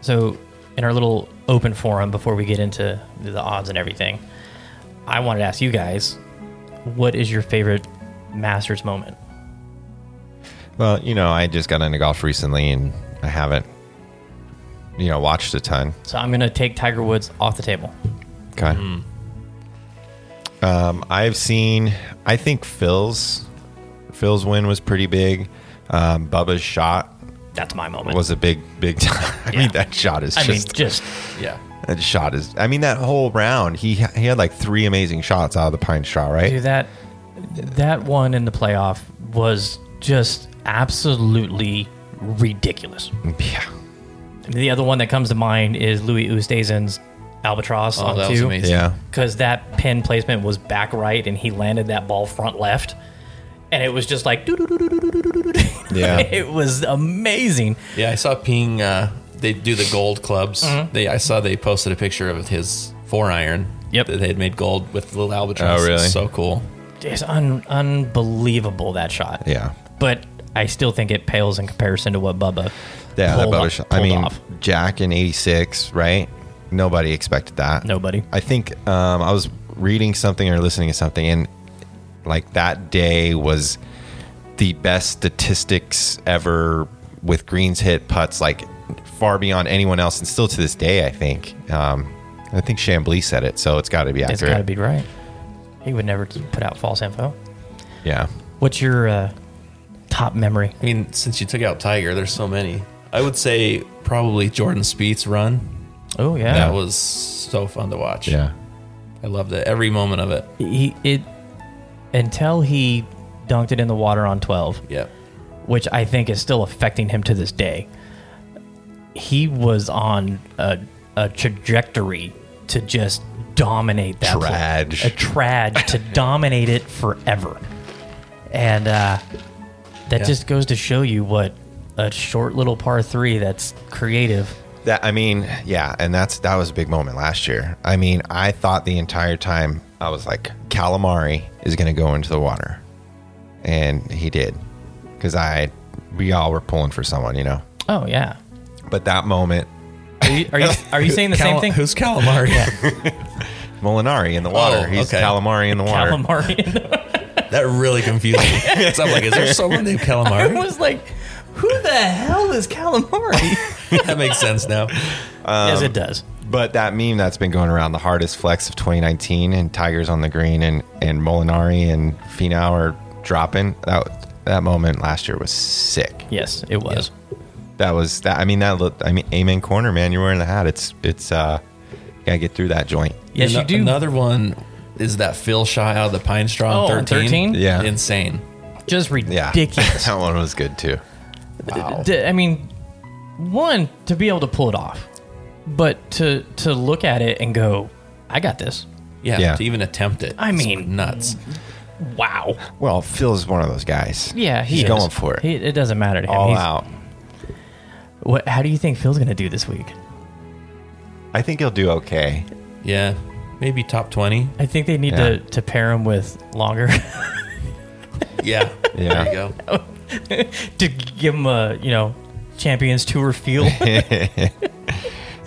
Speaker 5: so, in our little open forum, before we get into the odds and everything, I wanted to ask you guys what is your favorite Masters moment?
Speaker 6: Well, you know, I just got into golf recently, and I haven't, you know, watched a ton.
Speaker 5: So, I'm going to take Tiger Woods off the table.
Speaker 6: Okay.
Speaker 5: Hmm.
Speaker 6: Um, I've seen. I think Phil's Phil's win was pretty big. Um, Bubba's shot
Speaker 5: That's my moment.
Speaker 6: was a big, big time. I
Speaker 5: Yeah.
Speaker 6: mean, that shot is
Speaker 5: I mean,
Speaker 6: just
Speaker 5: just
Speaker 7: yeah.
Speaker 6: that shot is. I mean, that whole round he he had like three amazing shots out of the pine straw, right?
Speaker 5: do that. That one in the playoff was just absolutely ridiculous.
Speaker 6: Yeah.
Speaker 5: The other one that comes to mind is Louis Oosthuizen's albatross
Speaker 7: Oh,
Speaker 5: on
Speaker 7: that
Speaker 5: two.
Speaker 7: was amazing.
Speaker 6: Yeah.
Speaker 5: because that pin placement was back right and he landed that ball front left and it was just like doo-doo-doo-doo-doo-doo-doo-doo.
Speaker 6: Yeah.
Speaker 5: it was amazing
Speaker 7: Yeah, I saw Ping. Uh, they do the gold clubs.
Speaker 5: Mm-hmm.
Speaker 7: They I saw they posted a picture of his four iron.
Speaker 5: Yep.
Speaker 7: that they had made gold with little albatross.
Speaker 6: Oh, really?
Speaker 7: It's so cool.
Speaker 5: it's un- unbelievable that shot
Speaker 6: Yeah.
Speaker 5: but i still think it pales in comparison to what bubba
Speaker 6: Yeah,
Speaker 5: pulled
Speaker 6: that
Speaker 5: off-
Speaker 6: Bubba shot. I
Speaker 5: pulled
Speaker 6: mean,
Speaker 5: off.
Speaker 6: Jack in '86, right? Nobody expected that.
Speaker 5: nobody
Speaker 6: I think um, I was reading something or listening to something, and like that day was the best statistics ever with greens hit putts, like far beyond anyone else, and still to this day, I think. Um, I think Chambly said it, so it's got to be accurate.
Speaker 5: it's got to be right he would never put out false info
Speaker 6: Yeah.
Speaker 5: what's your uh, top memory
Speaker 7: I mean, since you took out Tiger, there's so many. I would say probably Jordan Spieth's run.
Speaker 5: oh yeah
Speaker 7: That was so fun to watch.
Speaker 6: Yeah.
Speaker 7: I loved it. Every moment of it.
Speaker 5: he it until he dunked it in the water on 12
Speaker 7: Yeah.
Speaker 5: which I think is still affecting him to this day. He was on a, a trajectory to just dominate that play.
Speaker 6: Traj.
Speaker 5: a trad to dominate it forever, and uh, that
Speaker 7: Yeah.
Speaker 5: just goes to show you what a short little par three that's creative.
Speaker 6: That I mean, yeah, and that's that was a big moment last year. I mean, I thought the entire time I was like, calamari is going to go into the water, and he did, because I we all were pulling for someone, you know.
Speaker 5: Oh yeah,
Speaker 6: But that moment,
Speaker 5: are you are you, are you saying the
Speaker 7: Cal-
Speaker 5: same thing?
Speaker 7: Who's Calamari?
Speaker 6: Molinari in the water,
Speaker 7: Oh,
Speaker 6: he's
Speaker 7: okay.
Speaker 6: calamari in the water.
Speaker 5: Calamari.
Speaker 7: That really confused me. so I'm like, is there someone named
Speaker 5: I
Speaker 7: Calamari?
Speaker 5: was like, who the hell is calamari?
Speaker 7: that makes sense now. Um,
Speaker 5: yes, it does.
Speaker 6: But that meme that's been going around, the hardest flex of 2019, and Tigers on the green, and and Molinari and Finau are dropping. That that moment last year was sick.
Speaker 5: Yes, it was.
Speaker 6: that was that. I mean, that looked. I mean, amen corner, man. You're wearing the hat. It's it's. uh Gotta get through that joint.
Speaker 5: Yes,
Speaker 7: Ano-
Speaker 5: you do.
Speaker 7: Another one is that Phil shot out of the pine straw
Speaker 5: Oh,
Speaker 7: on
Speaker 5: on
Speaker 7: 13.
Speaker 5: 13?
Speaker 6: Yeah.
Speaker 7: Insane.
Speaker 5: just
Speaker 6: Yeah,
Speaker 5: ridiculous.
Speaker 6: that one was good too.
Speaker 5: D- I mean, one to be able to pull it off, but to to look at it and go, I got this.
Speaker 7: Yeah,
Speaker 6: Yeah.
Speaker 7: To even attempt it.
Speaker 5: I
Speaker 7: It's
Speaker 5: mean-
Speaker 7: nuts.
Speaker 5: Wow.
Speaker 6: Well, Phil's one of those guys.
Speaker 5: Yeah, he
Speaker 6: he's
Speaker 5: is.
Speaker 6: going for it,
Speaker 5: He, it doesn't matter to him.
Speaker 6: all
Speaker 5: He's-
Speaker 6: out.
Speaker 5: What, how do you think Phil's going to do this week?
Speaker 6: I think he'll do okay.
Speaker 7: Yeah. maybe top twenty.
Speaker 5: I think they need
Speaker 6: Yeah.
Speaker 5: to, to pair him with longer
Speaker 7: Yeah,
Speaker 6: Yeah.
Speaker 7: There you go.
Speaker 5: to give him a you know champions tour feel.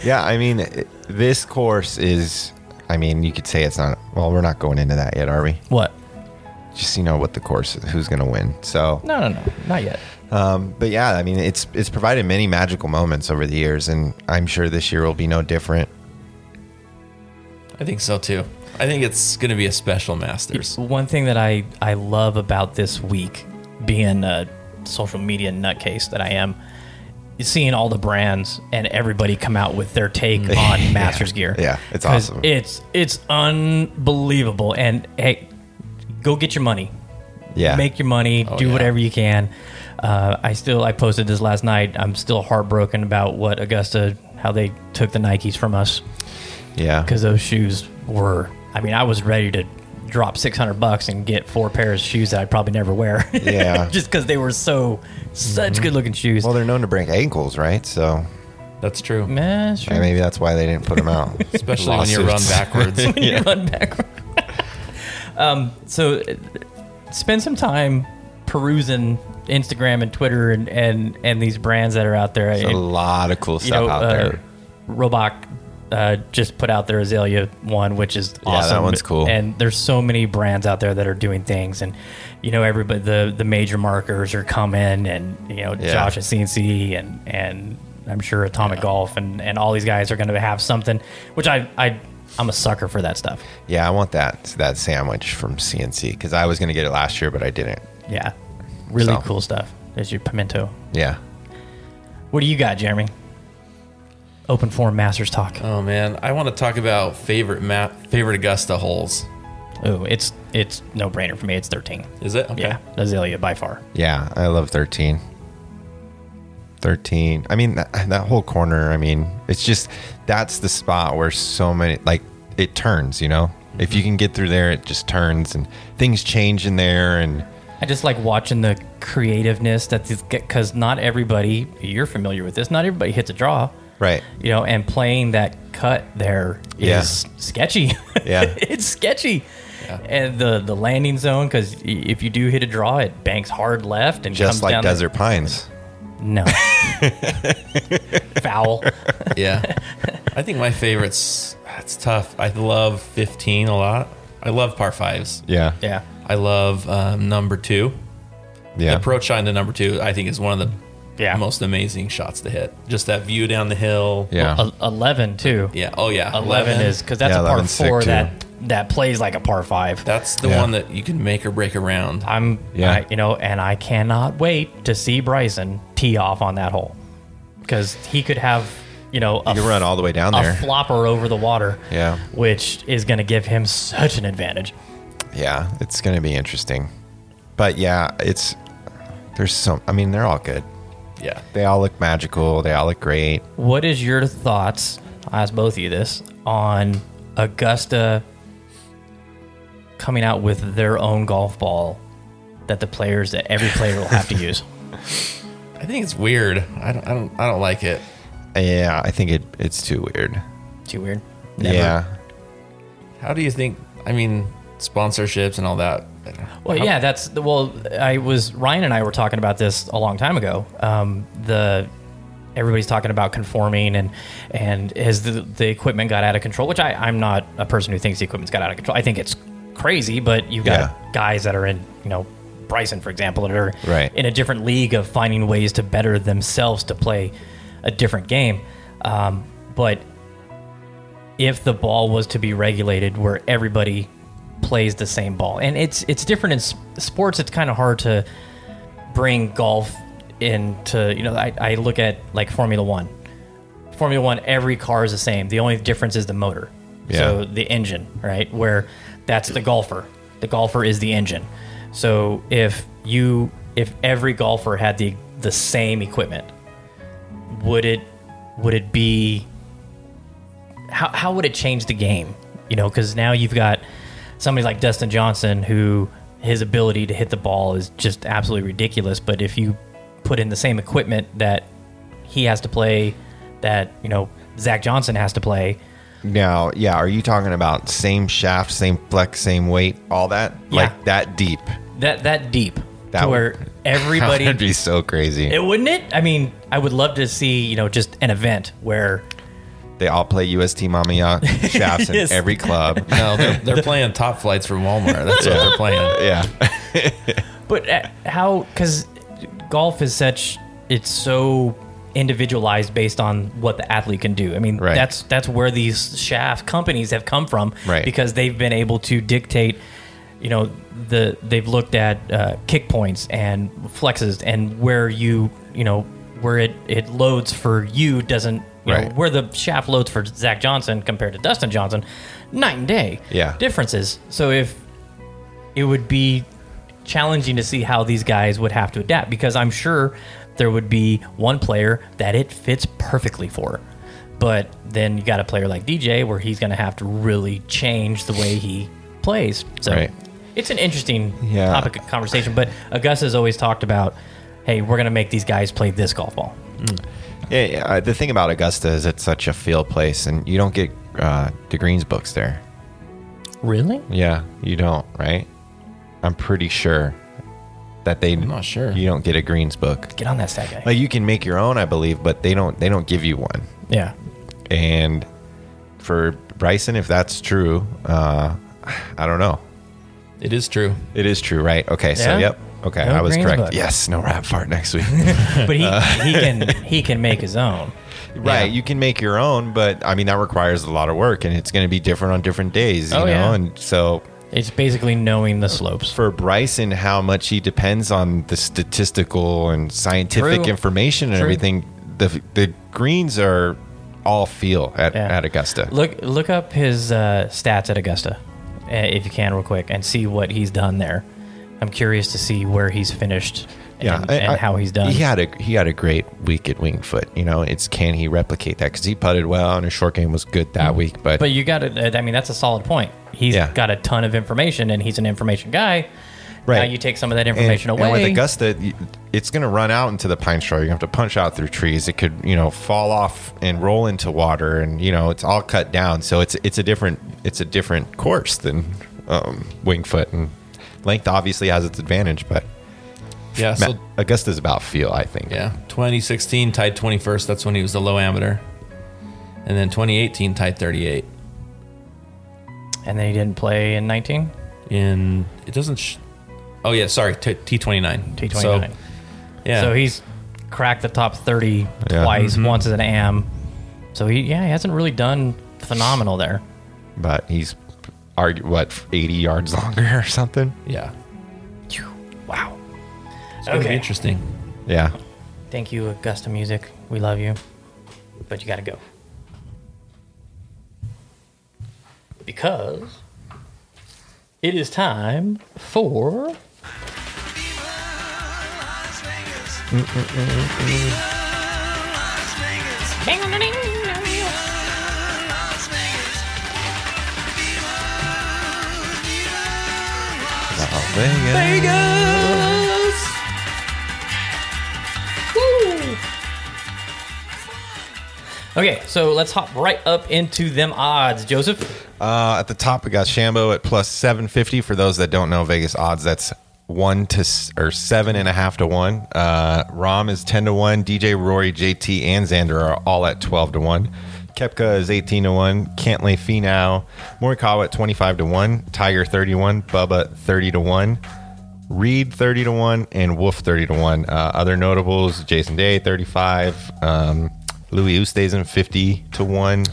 Speaker 6: Yeah, I mean, it- this course is. I mean, you could say it's not. Well, we're not going into that yet, are we?
Speaker 5: what?
Speaker 6: Just you know what the course, who's going to win. So
Speaker 5: No, no, no, not yet.
Speaker 6: Um, but yeah, I mean, it's it's provided many magical moments over the years, and I'm sure this year will be no different.
Speaker 7: I think so too. I think it's going to be a special Masters.
Speaker 5: One thing that I, I love about this week, being a social media nutcase that I am, is seeing all the brands and everybody come out with their take on Masters gear.
Speaker 6: Yeah, it's
Speaker 5: 'Cause
Speaker 6: awesome.
Speaker 5: It's it's unbelievable. And hey, go get your money.
Speaker 6: Yeah,
Speaker 5: Make your money. do
Speaker 7: yeah.
Speaker 5: whatever you can. Uh, I still I posted this last night. I'm still heartbroken about what Augusta how they took the Nikes from us
Speaker 6: yeah,
Speaker 5: because those shoes were. I mean, I was ready to drop six hundred bucks and get four pairs of shoes that I'd probably never wear.
Speaker 6: Yeah. Mm-hmm.
Speaker 5: just because they were so such good looking shoes.
Speaker 6: Well, they're known to break ankles, right? So
Speaker 7: That's true.
Speaker 5: Man,
Speaker 6: yeah, maybe that's why they didn't put them out.
Speaker 7: Especially when you run
Speaker 6: Lawsuits.
Speaker 7: backwards.
Speaker 5: you run back. um, so uh, spend some time perusing Instagram and Twitter and and, and these brands that are out there.
Speaker 6: There's a lot of cool
Speaker 5: you
Speaker 6: stuff
Speaker 5: know,
Speaker 6: out
Speaker 5: uh,
Speaker 6: there.
Speaker 5: Roboc uh, just put out their Azalea one, which is
Speaker 6: Yeah, that
Speaker 5: awesome.
Speaker 6: one's cool.
Speaker 5: And there's so many brands out there that are doing things, and you know, everybody the the major markers are coming, and you know,
Speaker 6: Yeah.
Speaker 5: Josh at CNC, and and I'm sure Atomic Golf, and and all these guys are going to have something, which I I I'm a sucker for that stuff.
Speaker 6: Yeah, I want that that sandwich from CNC because I was going to get it last year, but I didn't.
Speaker 5: Yeah, really
Speaker 6: So.
Speaker 5: cool stuff. There's your pimento.
Speaker 6: Yeah,
Speaker 5: What do you got, Jeremy? Open form masters talk.
Speaker 7: oh man, I want to talk about favorite map, favorite Augusta holes.
Speaker 5: Oh, it's it's no brainer for me. It's 13.
Speaker 7: Is it? Okay.
Speaker 5: Yeah, Azalea by far.
Speaker 6: yeah, I love thirteen. Thirteen. I mean, that, that whole corner. I mean, it's just that's the spot where so many like it turns. You know, if
Speaker 5: Mm-hmm.
Speaker 6: you can get through there, it just turns and things change in there and.
Speaker 5: I just like watching the creativeness that these get because not everybody you're familiar with this. Not everybody hits a draw,
Speaker 6: Right.
Speaker 5: you know, and playing that cut there is
Speaker 6: Yeah.
Speaker 5: sketchy.
Speaker 6: Yeah.
Speaker 5: it's sketchy. And the the landing zone because if you do hit a draw, it banks hard left and comes
Speaker 6: Just like
Speaker 5: down the-
Speaker 6: Desert Pines.
Speaker 5: no, foul.
Speaker 7: Yeah. I think my favorites. It's tough. I love 15 a lot. I love par fives.
Speaker 6: Yeah.
Speaker 5: Yeah,
Speaker 7: I love um, number two.
Speaker 6: Yeah.
Speaker 7: Approach shot into number two, I think, is one of the
Speaker 5: yeah.
Speaker 7: most amazing shots to hit. Just that view down the hill.
Speaker 6: yeah.
Speaker 5: Well, el- eleven too.
Speaker 7: Yeah. Oh yeah.
Speaker 5: 11, is because that's
Speaker 6: Yeah,
Speaker 5: a par
Speaker 6: 11's sick,
Speaker 5: four
Speaker 6: too.
Speaker 5: that that plays like a par five.
Speaker 7: That's the
Speaker 6: Yeah.
Speaker 7: one that you can make or break around.
Speaker 5: I'm,
Speaker 6: Yeah.
Speaker 5: I- you know, and I cannot wait to see Bryson tee off on that hole because he could have, you know, a,
Speaker 6: you can
Speaker 5: f-
Speaker 6: run all the way down
Speaker 5: a
Speaker 6: there.
Speaker 5: flopper over the water,
Speaker 6: Yeah.
Speaker 5: which is going to give him such an advantage.
Speaker 6: yeah. It's going to be interesting. But yeah, it's, there's some, I mean, they're all good.
Speaker 7: Yeah.
Speaker 6: They all look magical. They all look great.
Speaker 5: What is your thoughts? I asked both of you this on Augusta coming out with their own golf ball that the players that every player will have to use.
Speaker 7: I think it's weird. I don't. I don't. I don't like it.
Speaker 6: Yeah. I think it, it's too weird.
Speaker 5: Too weird.
Speaker 6: Yeah.
Speaker 7: How do you think? I mean, sponsorships and all that.
Speaker 5: Well, yeah, that's well. I was Ryan and I were talking about this a long time ago. Um, the everybody's talking about conforming and and as the, the equipment got out of control, which I I'm not a person who thinks the equipment's got out of control. I think it's crazy, but you've got
Speaker 6: Yeah.
Speaker 5: guys that are in you know Bryson, for example, that are
Speaker 6: Right.
Speaker 5: in a different league of finding ways to better themselves to play a different game. Um, but if the ball was to be regulated where everybody plays the same ball and it's it's different in s- sports it's kind of hard to bring golf into you know I, I look at like formula one formula one every car is the same the only difference is the motor so
Speaker 6: Yeah.
Speaker 5: the engine right where that's the golfer the golfer is the engine so if you if every golfer had the the same equipment would it would it be how, how would it change the game? You know, because now you've got somebody like Dustin Johnson who his ability to hit the ball is just absolutely ridiculous. But if you put in the same equipment that he has to play, that, you know, Zach Johnson has to play,
Speaker 6: Now, yeah, are you talking about same shaft, same flex, same weight, all that?
Speaker 5: Yeah.
Speaker 6: Like that deep.
Speaker 5: that that deep
Speaker 6: That
Speaker 5: to
Speaker 6: would-
Speaker 5: where everybody
Speaker 6: That'd be so crazy.
Speaker 5: it wouldn't it? I mean, I would love to see you know just an event where
Speaker 6: they all play UST Mama Ya shafts in
Speaker 5: Yes.
Speaker 6: every club.
Speaker 7: No, they're, they're playing top flights from Walmart. That's what they're playing.
Speaker 6: yeah.
Speaker 5: But uh, how? Because golf is such it's so individualized based on what the athlete can do. I mean,
Speaker 6: Right.
Speaker 5: that's that's where these shaft companies have come from,
Speaker 6: Right.
Speaker 5: Because they've been able to dictate. You know, the they've looked at uh, kick points and flexes and where you you know where it it loads for you doesn't. You know,
Speaker 6: Right.
Speaker 5: where the shaft loads for Zach Johnson compared to Dustin Johnson, night and day
Speaker 6: Yeah.
Speaker 5: differences. So if it would be challenging to see how these guys would have to adapt because I'm sure there would be one player that it fits perfectly for. But then you got a player like DJ where he's going to have to really change the way he plays. So
Speaker 6: Right.
Speaker 5: it's an interesting
Speaker 6: Yeah.
Speaker 5: topic of conversation. But Augustus has always talked about, hey, we're going to make these guys play this golf ball.
Speaker 6: Yeah, yeah. Uh, the thing about Augusta is it's such a field place, and you don't get uh, the greens books there.
Speaker 5: Really?
Speaker 6: Yeah, you don't, right? I'm pretty sure that they. I'm
Speaker 7: not sure.
Speaker 6: You don't get a greens book.
Speaker 5: Get on that stat guy.
Speaker 6: Like you can make your own, I believe, but they don't. They don't give you one.
Speaker 5: yeah.
Speaker 6: And for Bryson, if that's true, uh, I don't know.
Speaker 7: It is true.
Speaker 6: It is true, right? Okay, so
Speaker 5: Yeah.
Speaker 6: yep. Okay,
Speaker 5: No
Speaker 6: I was
Speaker 5: greens
Speaker 6: correct.
Speaker 5: book.
Speaker 6: Yes, no rap fart next week.
Speaker 5: But
Speaker 6: uh,
Speaker 5: he, he can he can make his own. Yeah.
Speaker 6: Right. You can make your own, but I mean, that requires a lot of work and it's going to be different on different days, you
Speaker 5: Oh,
Speaker 6: know?
Speaker 5: yeah.
Speaker 6: And so
Speaker 5: It's basically knowing the slopes.
Speaker 6: for Bryson, how much he depends on the statistical and scientific
Speaker 5: True.
Speaker 6: information and
Speaker 5: True.
Speaker 6: everything, the, the greens are all feel at,
Speaker 5: Yeah.
Speaker 6: at Augusta.
Speaker 5: Look look up his uh, stats at Augusta, uh, if you can, real quick, and see what he's done there. I'm curious to see where he's finished and,
Speaker 6: I-
Speaker 5: and
Speaker 6: I-
Speaker 5: how he's done.
Speaker 6: He had a he had a great week at Wingfoot. You know, it's can he replicate that? Because he putted well and his short game was good that week.
Speaker 5: Mm.
Speaker 6: But,
Speaker 5: But you got to, I mean, that's a solid point. He's
Speaker 6: Yeah.
Speaker 5: got a ton of information, and he's an information guy.
Speaker 6: Right.
Speaker 5: Now you take some of that information away.
Speaker 6: with Augusta, y- it's going to run out into the pine straw. You're going to have to punch out through trees. It could, you know, fall off and roll into water, and you know, it's all cut down. So it's it's a different it's a different course than um, Wingfoot, and length obviously has its advantage, but
Speaker 7: Yeah. So
Speaker 6: Ma- Augusta's about feel, I think.
Speaker 7: yeah, 2016 tied 21st. That's when he was the low amateur, and then 2018 tied 38.
Speaker 5: and then he didn't play in 19.
Speaker 7: In it doesn't. Sh- oh yeah, sorry. T- T29.
Speaker 5: T29.
Speaker 7: So, yeah.
Speaker 5: So he's cracked the top 30
Speaker 6: Yeah. Mm-hmm.
Speaker 5: twice, once as an AM. So he, yeah, he hasn't really done phenomenal there.
Speaker 6: But he's argu- what eighty yards longer or something.
Speaker 7: yeah.
Speaker 5: Wow.
Speaker 7: It's gonna be interesting.
Speaker 6: Yeah.
Speaker 5: Thank you, Augusta Music. We love you, but you got to go because it is time for
Speaker 6: Oh, Vegas.
Speaker 5: okay. So let's hop right up into them odds, Joseph.
Speaker 6: Uh, at the top, we got Shambo at plus 750. For those that don't know Vegas odds, that's one to s- or seven and a half to one. Uh, Rom is 10 to one. DJ, Rory, JT, and Xander are all at 12 to one. Kepka is 18 to one. Cantley, Finau, Morikawa at 25 to one. Tiger 31, Bubba 30 to one. Reed 30 to 1 and Wolf 30 to 1. Uh, other notables Jason Day 35, um, Louis Oosthuizen 50 to 1,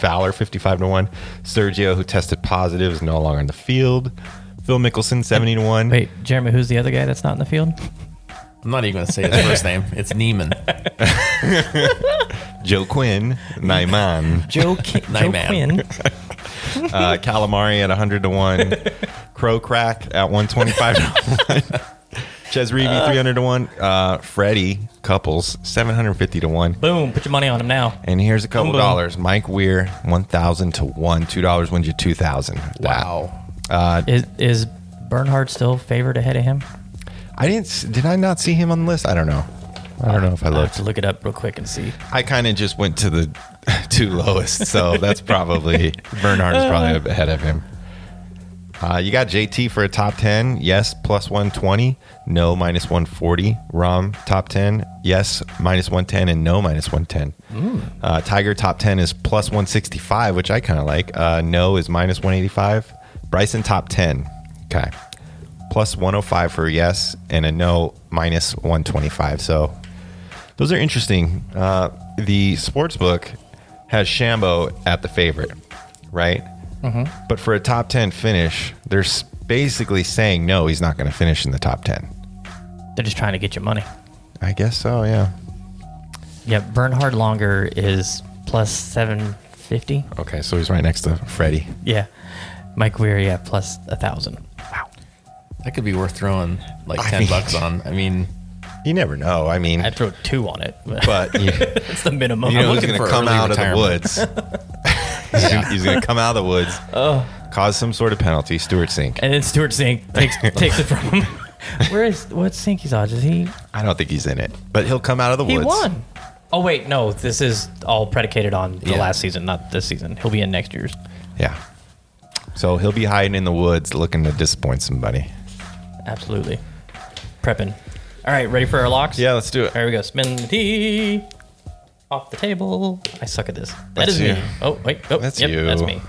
Speaker 6: Fowler 55 to 1, Sergio, who tested positive, is no longer in the field, Phil Mickelson 70 to 1.
Speaker 5: Wait, Jeremy, who's the other guy that's not in the field?
Speaker 7: I'm not even gonna say his first name. It's Neiman.
Speaker 6: Joe Quinn, Naiman,
Speaker 5: Joe, Ki- Joe
Speaker 7: Nightman.
Speaker 5: Quinn.
Speaker 6: uh, Calamari at 100 to 1, Crow Crack at 125 to 1. Ches Reavy, 300 to 1. Uh, Freddie Couples, 750 to 1.
Speaker 5: Boom! Put your money on him now.
Speaker 6: And here's a couple
Speaker 5: Boom, boom.
Speaker 6: dollars. Mike Weir, one thousand to one. Two dollars wins you two thousand.
Speaker 5: Is is Bernhard still favored ahead of him?
Speaker 6: I didn't. s- Did I not see him on the list? I don't know. I don't know if I
Speaker 5: I have
Speaker 6: looked.
Speaker 5: to look it up real quick and see.
Speaker 6: I kind of just went to the two lowest, so that's probably Bernard is probably ahead of him. Uh, you got JT for a top ten. Yes, plus one twenty. No, minus one forty. Rom top ten. Yes, minus one ten, and no, minus one ten. Uh, Tiger top ten is plus one sixty five, which I kind of like. Uh, no is minus one eighty five. Bryson top ten. Okay, plus one hundred five for a yes, and a no minus one twenty five. So those are interesting. Uh, the sports book has Shambo at the favorite, right? But for a top 10 finish, they're s- basically saying, no, he's not going to finish in the top 10.
Speaker 5: They're just trying to get your money.
Speaker 6: I guess so, yeah.
Speaker 5: Yeah, Bernhard Longer is plus seven fifty.
Speaker 6: Okay, so he's right next to Freddie.
Speaker 5: Yeah, Mike Weir, yeah, plus a thousand. Wow,
Speaker 7: That could be worth throwing like
Speaker 6: I
Speaker 7: ten
Speaker 6: mean-
Speaker 7: bucks on. I mean,
Speaker 6: You never know. I mean,
Speaker 5: I'd throw two on it, but
Speaker 6: but you,
Speaker 5: that's the minimum.
Speaker 6: you know he's
Speaker 7: looking
Speaker 6: going to
Speaker 7: for
Speaker 6: come
Speaker 7: early
Speaker 6: out
Speaker 7: retirement.
Speaker 6: of the woods. He's gonna- he's going to come out of the woods, cause some sort of penalty. Stuart Sink.
Speaker 5: and then Stuart Sink takes takes it from him. Where is what's Sinky's odds? Is he
Speaker 6: I don't think he's in it, but he'll come out of the
Speaker 5: he
Speaker 6: woods.
Speaker 5: won? Oh wait, no, this is all predicated on the
Speaker 6: Yeah.
Speaker 5: last season, not this season. He'll be in next year's.
Speaker 6: Yeah. So he'll be hiding in the woods looking to disappoint somebody.
Speaker 5: Absolutely, prepping. All right, ready for our locks?
Speaker 6: Yeah, let's do it.
Speaker 5: Here we go. Spin the tea off the table. I suck at this. That
Speaker 6: That's
Speaker 5: is
Speaker 6: you.
Speaker 5: me. Oh wait. Oh,
Speaker 6: That's
Speaker 5: yep,
Speaker 6: you.
Speaker 5: That's me.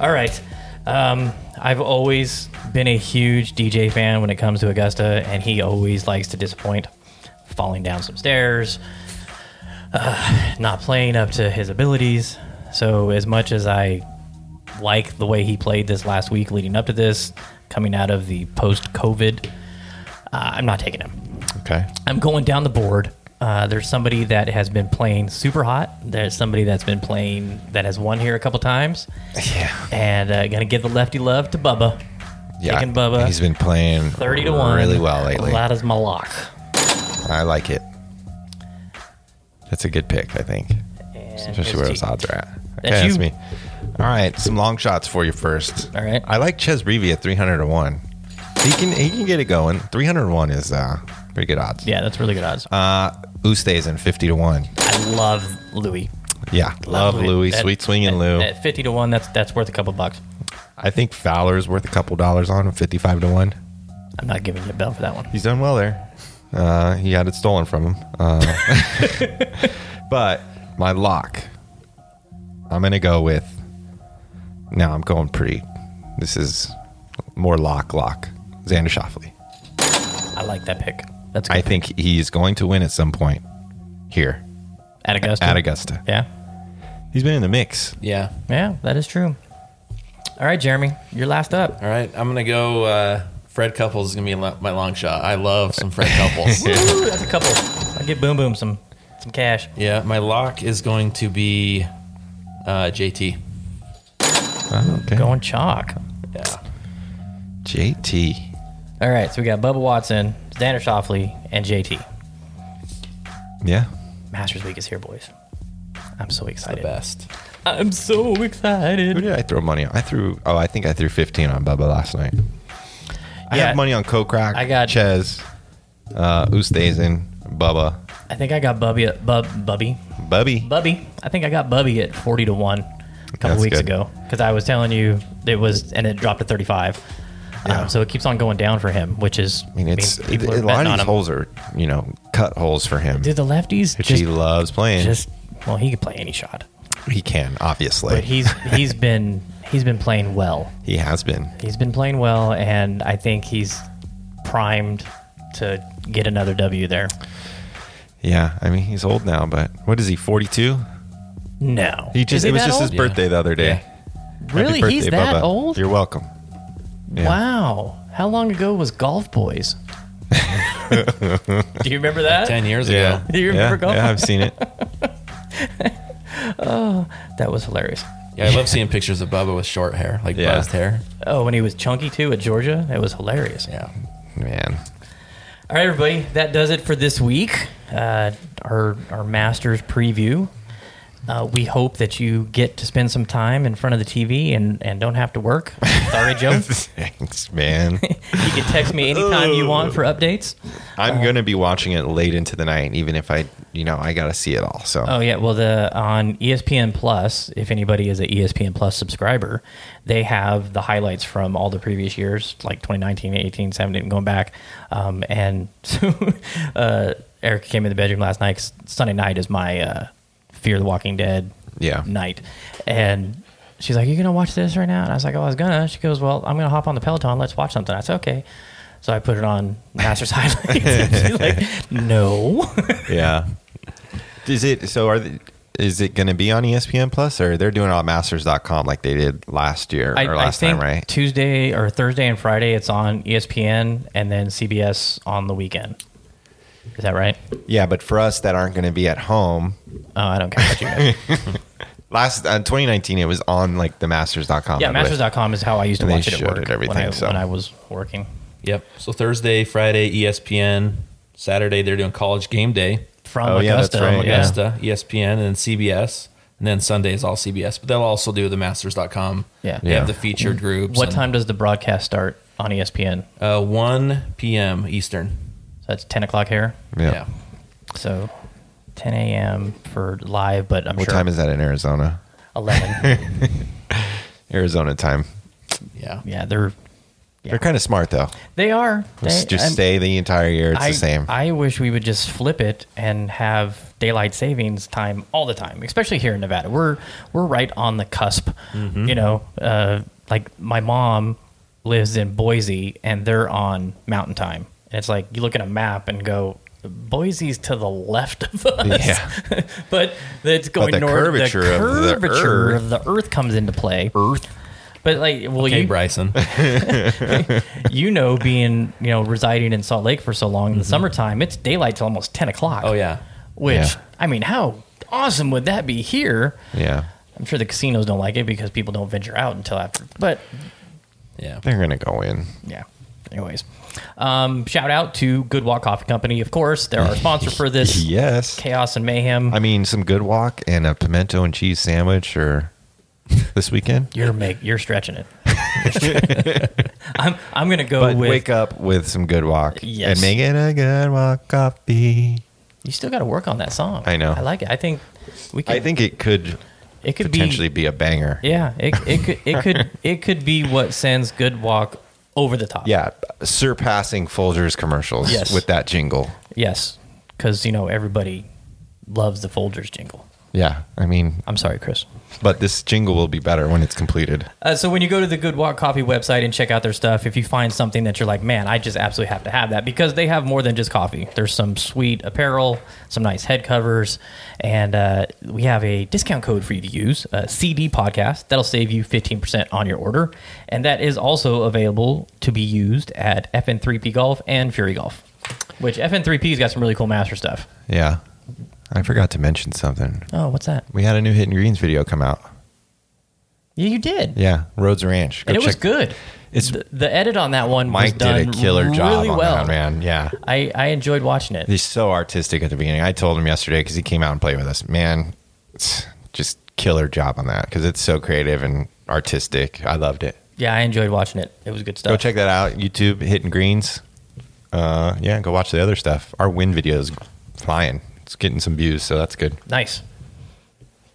Speaker 5: All right. Um, I've always been a huge DJ fan when it comes to Augusta, and he always likes to disappoint, falling down some stairs, uh, not playing up to his abilities. So as much as I like the way he played this last week, leading up to this, coming out of the post-COVID, uh, I'm not taking him.
Speaker 6: Okay.
Speaker 5: I'm going down the board. Uh, there's somebody that has been playing super hot. There's somebody that's been playing that has won here a couple times,
Speaker 6: Yeah.
Speaker 5: and uh, gonna give the lefty love to Bubba.
Speaker 6: Yeah.
Speaker 5: Taking Bubba.
Speaker 6: He's been playing
Speaker 5: Thirty to one,
Speaker 6: really well lately.
Speaker 5: That is my lock,
Speaker 6: I like it. That's a good pick, I think.
Speaker 5: And
Speaker 6: Especially where
Speaker 5: there's
Speaker 6: those
Speaker 5: T.
Speaker 6: odds are at. Okay,
Speaker 5: That's
Speaker 6: that's,
Speaker 5: you.
Speaker 6: me. All right, some long shots for you first.
Speaker 5: All right.
Speaker 6: I like Ches Reavy at 300 to 1. He can he can get it going. 300 to 1 is uh, pretty good odds.
Speaker 5: Yeah, that's really good odds.
Speaker 6: Uh Ustays in 50 to 1.
Speaker 5: I love Louis.
Speaker 6: Yeah. Love, Louis,
Speaker 5: That-
Speaker 6: sweet swing and
Speaker 5: that-
Speaker 6: Lou.
Speaker 5: That fifty to one, that's that's worth a couple bucks.
Speaker 6: I think Fowler's worth a couple dollars on him, 55 to 1.
Speaker 5: I'm not giving you a bell for that one.
Speaker 6: He's done well there. Uh, he had it stolen from him. Uh, but my lock, I'm going to go with. Now I'm going pretty. This is more lock, lock. Xander Shoffley.
Speaker 5: I like that pick. That's good.
Speaker 6: I think he's going to win at some point here
Speaker 5: at Augusta.
Speaker 6: at Augusta.
Speaker 5: Yeah,
Speaker 6: He's been in the mix.
Speaker 7: yeah.
Speaker 5: yeah, that is true. All right, Jeremy, you're last up.
Speaker 7: All right, I'm gonna go. Uh, Fred Couples is gonna be lo- my long shot. I love some Fred Couples.
Speaker 5: Ooh, that's a couple. I get boom boom some some cash.
Speaker 7: yeah, my lock is going to be uh, JT.
Speaker 6: Oh, okay.
Speaker 5: Going chalk.
Speaker 7: Yeah,
Speaker 6: JT.
Speaker 5: All right, so we got Bubba Watson, Xander Shoffley, and JT.
Speaker 6: Yeah.
Speaker 5: Masters Week is here, boys. I'm so
Speaker 7: the
Speaker 5: excited.
Speaker 7: best.
Speaker 5: I'm so
Speaker 6: Who
Speaker 5: excited.
Speaker 6: did I throw money on? I threw. Oh, I think I threw 15 on Bubba last night. I
Speaker 5: Yeah.
Speaker 6: have money on Kokrak.
Speaker 5: I got-
Speaker 6: Ches, uh, Ustazen, Bubba,
Speaker 5: I think I got Bubby at Bub Bubby
Speaker 6: Bubby.
Speaker 5: Bubby. I think I got Bubby at 40 to one a couple
Speaker 6: That's
Speaker 5: weeks
Speaker 6: good.
Speaker 5: ago because I was telling you it was and it dropped to 35. Um, so it keeps on going down for him, which is
Speaker 6: I mean, it's it-
Speaker 5: people are
Speaker 6: a lot
Speaker 5: betting
Speaker 6: of
Speaker 5: on
Speaker 6: these
Speaker 5: him.
Speaker 6: holes are you know cut holes for him,
Speaker 5: Dude, the lefties
Speaker 6: which
Speaker 5: just
Speaker 6: he loves playing.
Speaker 5: just well, he could play any shot,
Speaker 6: he can obviously,
Speaker 5: but he's he's been he's been playing well.
Speaker 6: he has been.
Speaker 5: He's been playing well, and I think he's primed to get another W there.
Speaker 6: Yeah, I mean he's old now, but what is he? Forty two.
Speaker 5: No,
Speaker 6: He just
Speaker 5: Is he
Speaker 6: it was
Speaker 5: that
Speaker 6: just his
Speaker 5: old?
Speaker 6: birthday the other day.
Speaker 7: Yeah.
Speaker 6: Happy
Speaker 5: Really, he's
Speaker 6: birthday,
Speaker 5: that
Speaker 6: Bubba.
Speaker 5: old?
Speaker 6: You're welcome. Yeah.
Speaker 5: Wow, how long ago was Golf Boys? Do you remember that?
Speaker 7: Ten years ago.
Speaker 5: Do you
Speaker 6: yeah,
Speaker 5: remember golf?
Speaker 6: yeah, I've seen it.
Speaker 5: That was hilarious.
Speaker 7: Yeah, I love seeing pictures of Bubba with short hair, like
Speaker 6: Yeah.
Speaker 7: buzzed hair.
Speaker 5: Oh, when he was chunky too at Georgia, it was hilarious.
Speaker 7: Yeah.
Speaker 6: Man,
Speaker 5: All right, everybody, that does it for this week. Uh, our our Masters preview. Uh, we hope that you get to spend some time in front of the TV and, and don't have to work. Sorry, Joe.
Speaker 6: Thanks, man.
Speaker 5: You can text me anytime you want for updates. Uh,
Speaker 6: I'm gonna be watching it late into the night, even if I, you know, I gotta see it all. So
Speaker 5: Oh yeah, well the on E ESPN Plus, if anybody is E an ESPN Plus subscriber, they have the highlights from all the previous years, like 2019, 18, 17, going back. Um, and so uh, Eric came in the bedroom last night. 'cause Sunday night is my uh, Fear the Walking Dead
Speaker 6: Yeah.
Speaker 5: night, and she's like, "You gonna watch this right now?" And I was like, "Oh, I was gonna." She goes, "Well, I'm gonna hop on the Peloton. Let's watch something." I said, "Okay." So I put it on Masters highlights. And she's like, "No."
Speaker 6: yeah. Is it so? Are the, is it going to be on E ESPN Plus or they're doing it on Masters.com like they did last year or last time, right?
Speaker 5: Tuesday or Thursday and Friday, it's on E ESPN and then CBS on the weekend. Is that right?
Speaker 6: yeah, but for us that aren't going to be at home,
Speaker 5: Oh, I don't care about you guys.
Speaker 6: last uh, 2019 it was on like the Masters.com.
Speaker 5: yeah,
Speaker 6: I believe.
Speaker 5: Masters.com is how I used to
Speaker 6: And they
Speaker 5: watch it at
Speaker 6: showed
Speaker 5: work
Speaker 6: it everything,
Speaker 5: when, I,
Speaker 6: so.
Speaker 5: when I was working.
Speaker 7: Yep. So Thursday, Friday, E ESPN. Saturday, they're doing college game day.
Speaker 5: From
Speaker 6: Oh, yeah, that's
Speaker 5: Augusta.
Speaker 6: right, yeah.
Speaker 7: Augusta, ESPN, and then CBS. And then Sunday is all CBS. But they'll also do the Masters.com.
Speaker 5: Yeah.
Speaker 7: They have
Speaker 6: Yeah.
Speaker 7: the featured groups.
Speaker 5: What
Speaker 7: and-
Speaker 5: time does the broadcast start on E ESPN?
Speaker 7: Uh, 1 p.m. Eastern.
Speaker 5: So that's 10 o'clock here.
Speaker 6: Yeah.
Speaker 7: Yeah.
Speaker 5: So 10 a.m. for live, but I'm
Speaker 6: What
Speaker 5: sure
Speaker 6: time is that in Arizona?
Speaker 5: 11.
Speaker 6: Arizona time.
Speaker 7: Yeah.
Speaker 5: yeah, they're,
Speaker 6: They're kind of smart though.
Speaker 5: they are.
Speaker 6: Just,
Speaker 5: They-
Speaker 6: just
Speaker 5: I'm-
Speaker 6: stay the entire year. It's
Speaker 5: I,
Speaker 6: the same.
Speaker 5: I wish we would just flip it and have daylight savings time all the time, especially here in Nevada. We're we're right on the cusp.
Speaker 6: Mm-hmm.
Speaker 5: You know, uh, like my mom lives in Boise and they're on Mountain Time, and it's like you look at a map and go. Boise's to the left of us,
Speaker 6: Yeah.
Speaker 5: but it's going
Speaker 6: the
Speaker 5: north.
Speaker 6: curvature
Speaker 5: the
Speaker 6: of the
Speaker 5: curvature
Speaker 6: Earth-
Speaker 5: of the Earth comes into play. Earth, but like, well,
Speaker 7: Okay,
Speaker 5: you
Speaker 7: Bryson.
Speaker 5: you know, being you know residing in Salt Lake for so long in the summertime, it's daylight till almost ten o'clock.
Speaker 7: Oh, yeah.
Speaker 5: which
Speaker 6: Mm-hmm. Yeah.
Speaker 5: I mean, how awesome would that be here?
Speaker 6: yeah.
Speaker 5: I'm sure the casinos don't like it because people don't venture out until after. But
Speaker 7: Yeah.
Speaker 6: They're going to go in.
Speaker 5: yeah. Anyways, um, shout out to Good Walk Coffee Company. Of course, they're our sponsor for this
Speaker 6: Yes.
Speaker 5: chaos and mayhem.
Speaker 6: I mean, some good walk and a pimento and cheese sandwich or this weekend.
Speaker 5: you're make you're stretching it. I'm I'm gonna go
Speaker 6: But
Speaker 5: with.
Speaker 6: wake up with some good walk.
Speaker 5: Yes.
Speaker 6: And make it a good walk coffee.
Speaker 5: You still got to work on that song.
Speaker 6: I know.
Speaker 5: I like it. I think we could.
Speaker 6: I think it could
Speaker 5: it could
Speaker 6: potentially
Speaker 5: be
Speaker 6: be, a banger.
Speaker 5: Yeah, it, it could it could it could be what sends Good Walk over the top.
Speaker 6: Yeah, surpassing Folgers commercials
Speaker 5: Yes.
Speaker 6: with that jingle.
Speaker 5: Yes, because you know everybody loves the Folgers jingle.
Speaker 6: Yeah, I mean,
Speaker 5: I'm sorry, Chris.
Speaker 6: but this jingle will be better when it's completed.
Speaker 5: Uh, so when you go to the Good Walk Coffee website and check out their stuff, if you find something that you're like, man, I just absolutely have to have that because they have more than just coffee. There's some sweet apparel, some nice head covers, and uh, we have a discount code for you to use, uh, CD Podcast. That'll save you 15% on your order, and that is also available to be used at FN3P Golf and Fury Golf, which FN3P's got some really cool master stuff.
Speaker 6: Yeah, I forgot to mention something.
Speaker 5: Oh, what's that?
Speaker 6: We had a new Hidden Greens video come out.
Speaker 5: Yeah, you did.
Speaker 6: Yeah, Roads Ranch. Go
Speaker 5: and it was
Speaker 6: check-
Speaker 5: good.
Speaker 6: It's
Speaker 5: The, the edit on that one was
Speaker 6: Mike
Speaker 5: done
Speaker 6: did a killer
Speaker 5: really
Speaker 6: job on
Speaker 5: well.
Speaker 6: that man. Yeah,
Speaker 5: I, I enjoyed watching it.
Speaker 6: he's so artistic at the beginning. I told him yesterday because he came out and played with us. Man, it's just killer job on that because it's so creative and artistic. I loved it.
Speaker 5: Yeah, I enjoyed watching it. It was good stuff.
Speaker 6: Go check that out. YouTube hitting greens. Uh, yeah, go watch the other stuff. Our win video is flying. It's getting some views, so that's good.
Speaker 5: Nice.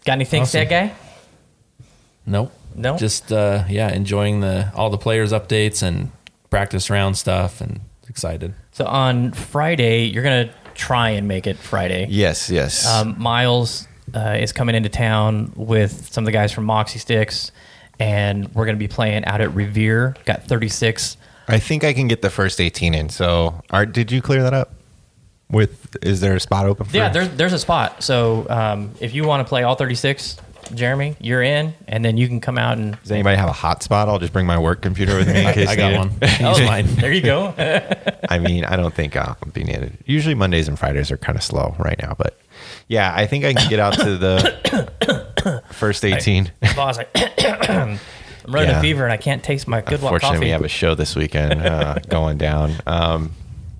Speaker 5: Got anything to say, guy?
Speaker 7: Nope.
Speaker 5: No?
Speaker 7: Just uh, yeah, enjoying the all the players updates and practice round stuff and excited.
Speaker 5: So on Friday, you're gonna try and make it Friday.
Speaker 6: Yes, yes.
Speaker 5: Um, Miles uh, is coming into town with some of the guys from Moxie Sticks, and we're gonna be playing out at Revere. Got 36.
Speaker 6: I think I can get the first 18 in. So, are, did you clear that up? With is there a spot open? For,
Speaker 5: Yeah, there's there's a spot. So um, if you want to play all 36, Jeremy, you're in, and then you can come out and
Speaker 6: Does anybody have a hot spot? I'll just bring my work computer with me in case
Speaker 7: I got
Speaker 6: needed.
Speaker 7: one.
Speaker 6: Oh,
Speaker 7: Use mine.
Speaker 5: there you go.
Speaker 6: I mean, I don't think um, I'll be needed. Usually Mondays and Fridays are kind of slow right now, but yeah, I think I can get out to the first 18.
Speaker 5: Boss, like, I'm running
Speaker 6: Yeah.
Speaker 5: a fever and I can't taste my good luck
Speaker 6: Unfortunately,
Speaker 5: coffee.
Speaker 6: we have a show this weekend uh, going down. Um,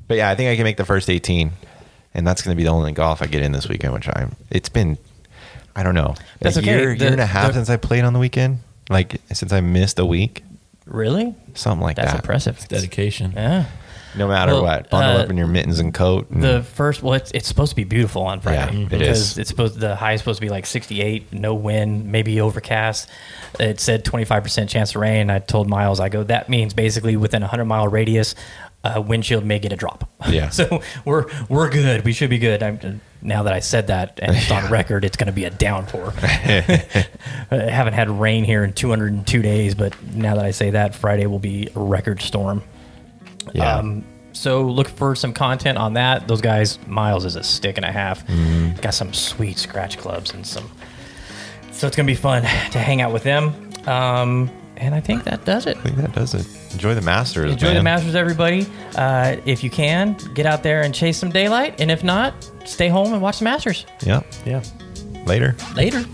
Speaker 6: but yeah, I think I can make the first 18, and that's going to be the only golf I get in this weekend. Which I'm. It's been. I don't know.
Speaker 5: That's
Speaker 6: a
Speaker 5: okay.
Speaker 6: year,
Speaker 5: The-
Speaker 6: year and a half
Speaker 5: the-
Speaker 6: since I played on the weekend. Like since I missed a week,
Speaker 5: Really?
Speaker 6: something like
Speaker 5: That's
Speaker 6: that.
Speaker 5: impressive.
Speaker 7: Dedication.
Speaker 5: Yeah.
Speaker 6: No matter
Speaker 5: Well,
Speaker 6: what, bundle
Speaker 5: uh,
Speaker 6: up in your mittens and coat. And,
Speaker 5: The first, well, it's, it's supposed to be beautiful on Friday. Mm-hmm.
Speaker 6: Yeah, it
Speaker 5: because
Speaker 6: is.
Speaker 5: It's supposed the high is supposed to be like 68, no wind, maybe overcast. It said 25% chance of rain. I told Miles, I go, that means basically within a 100 mile radius, uh, windshield may get a drop.
Speaker 6: Yeah.
Speaker 5: so we're we're good. We should be good. I'm, now that I said that and it's on record, it's going to be a downpour. I haven't had rain here in 202 days, but now that I say that, Friday will be a record storm.
Speaker 6: yeah.
Speaker 5: Um, so look for some content on that. Those guys, Miles is a stick and a half. Got some sweet scratch clubs and some. So it's gonna be fun to hang out with them. Um, and I think that does it.
Speaker 6: I think that does it. Enjoy the Masters.
Speaker 5: Enjoy the
Speaker 6: man.
Speaker 5: Masters, everybody. Uh, if you can, get out there and chase some daylight. And if not, stay home and watch the Masters.
Speaker 6: Yep.
Speaker 7: Yeah.
Speaker 6: Later.
Speaker 5: Later.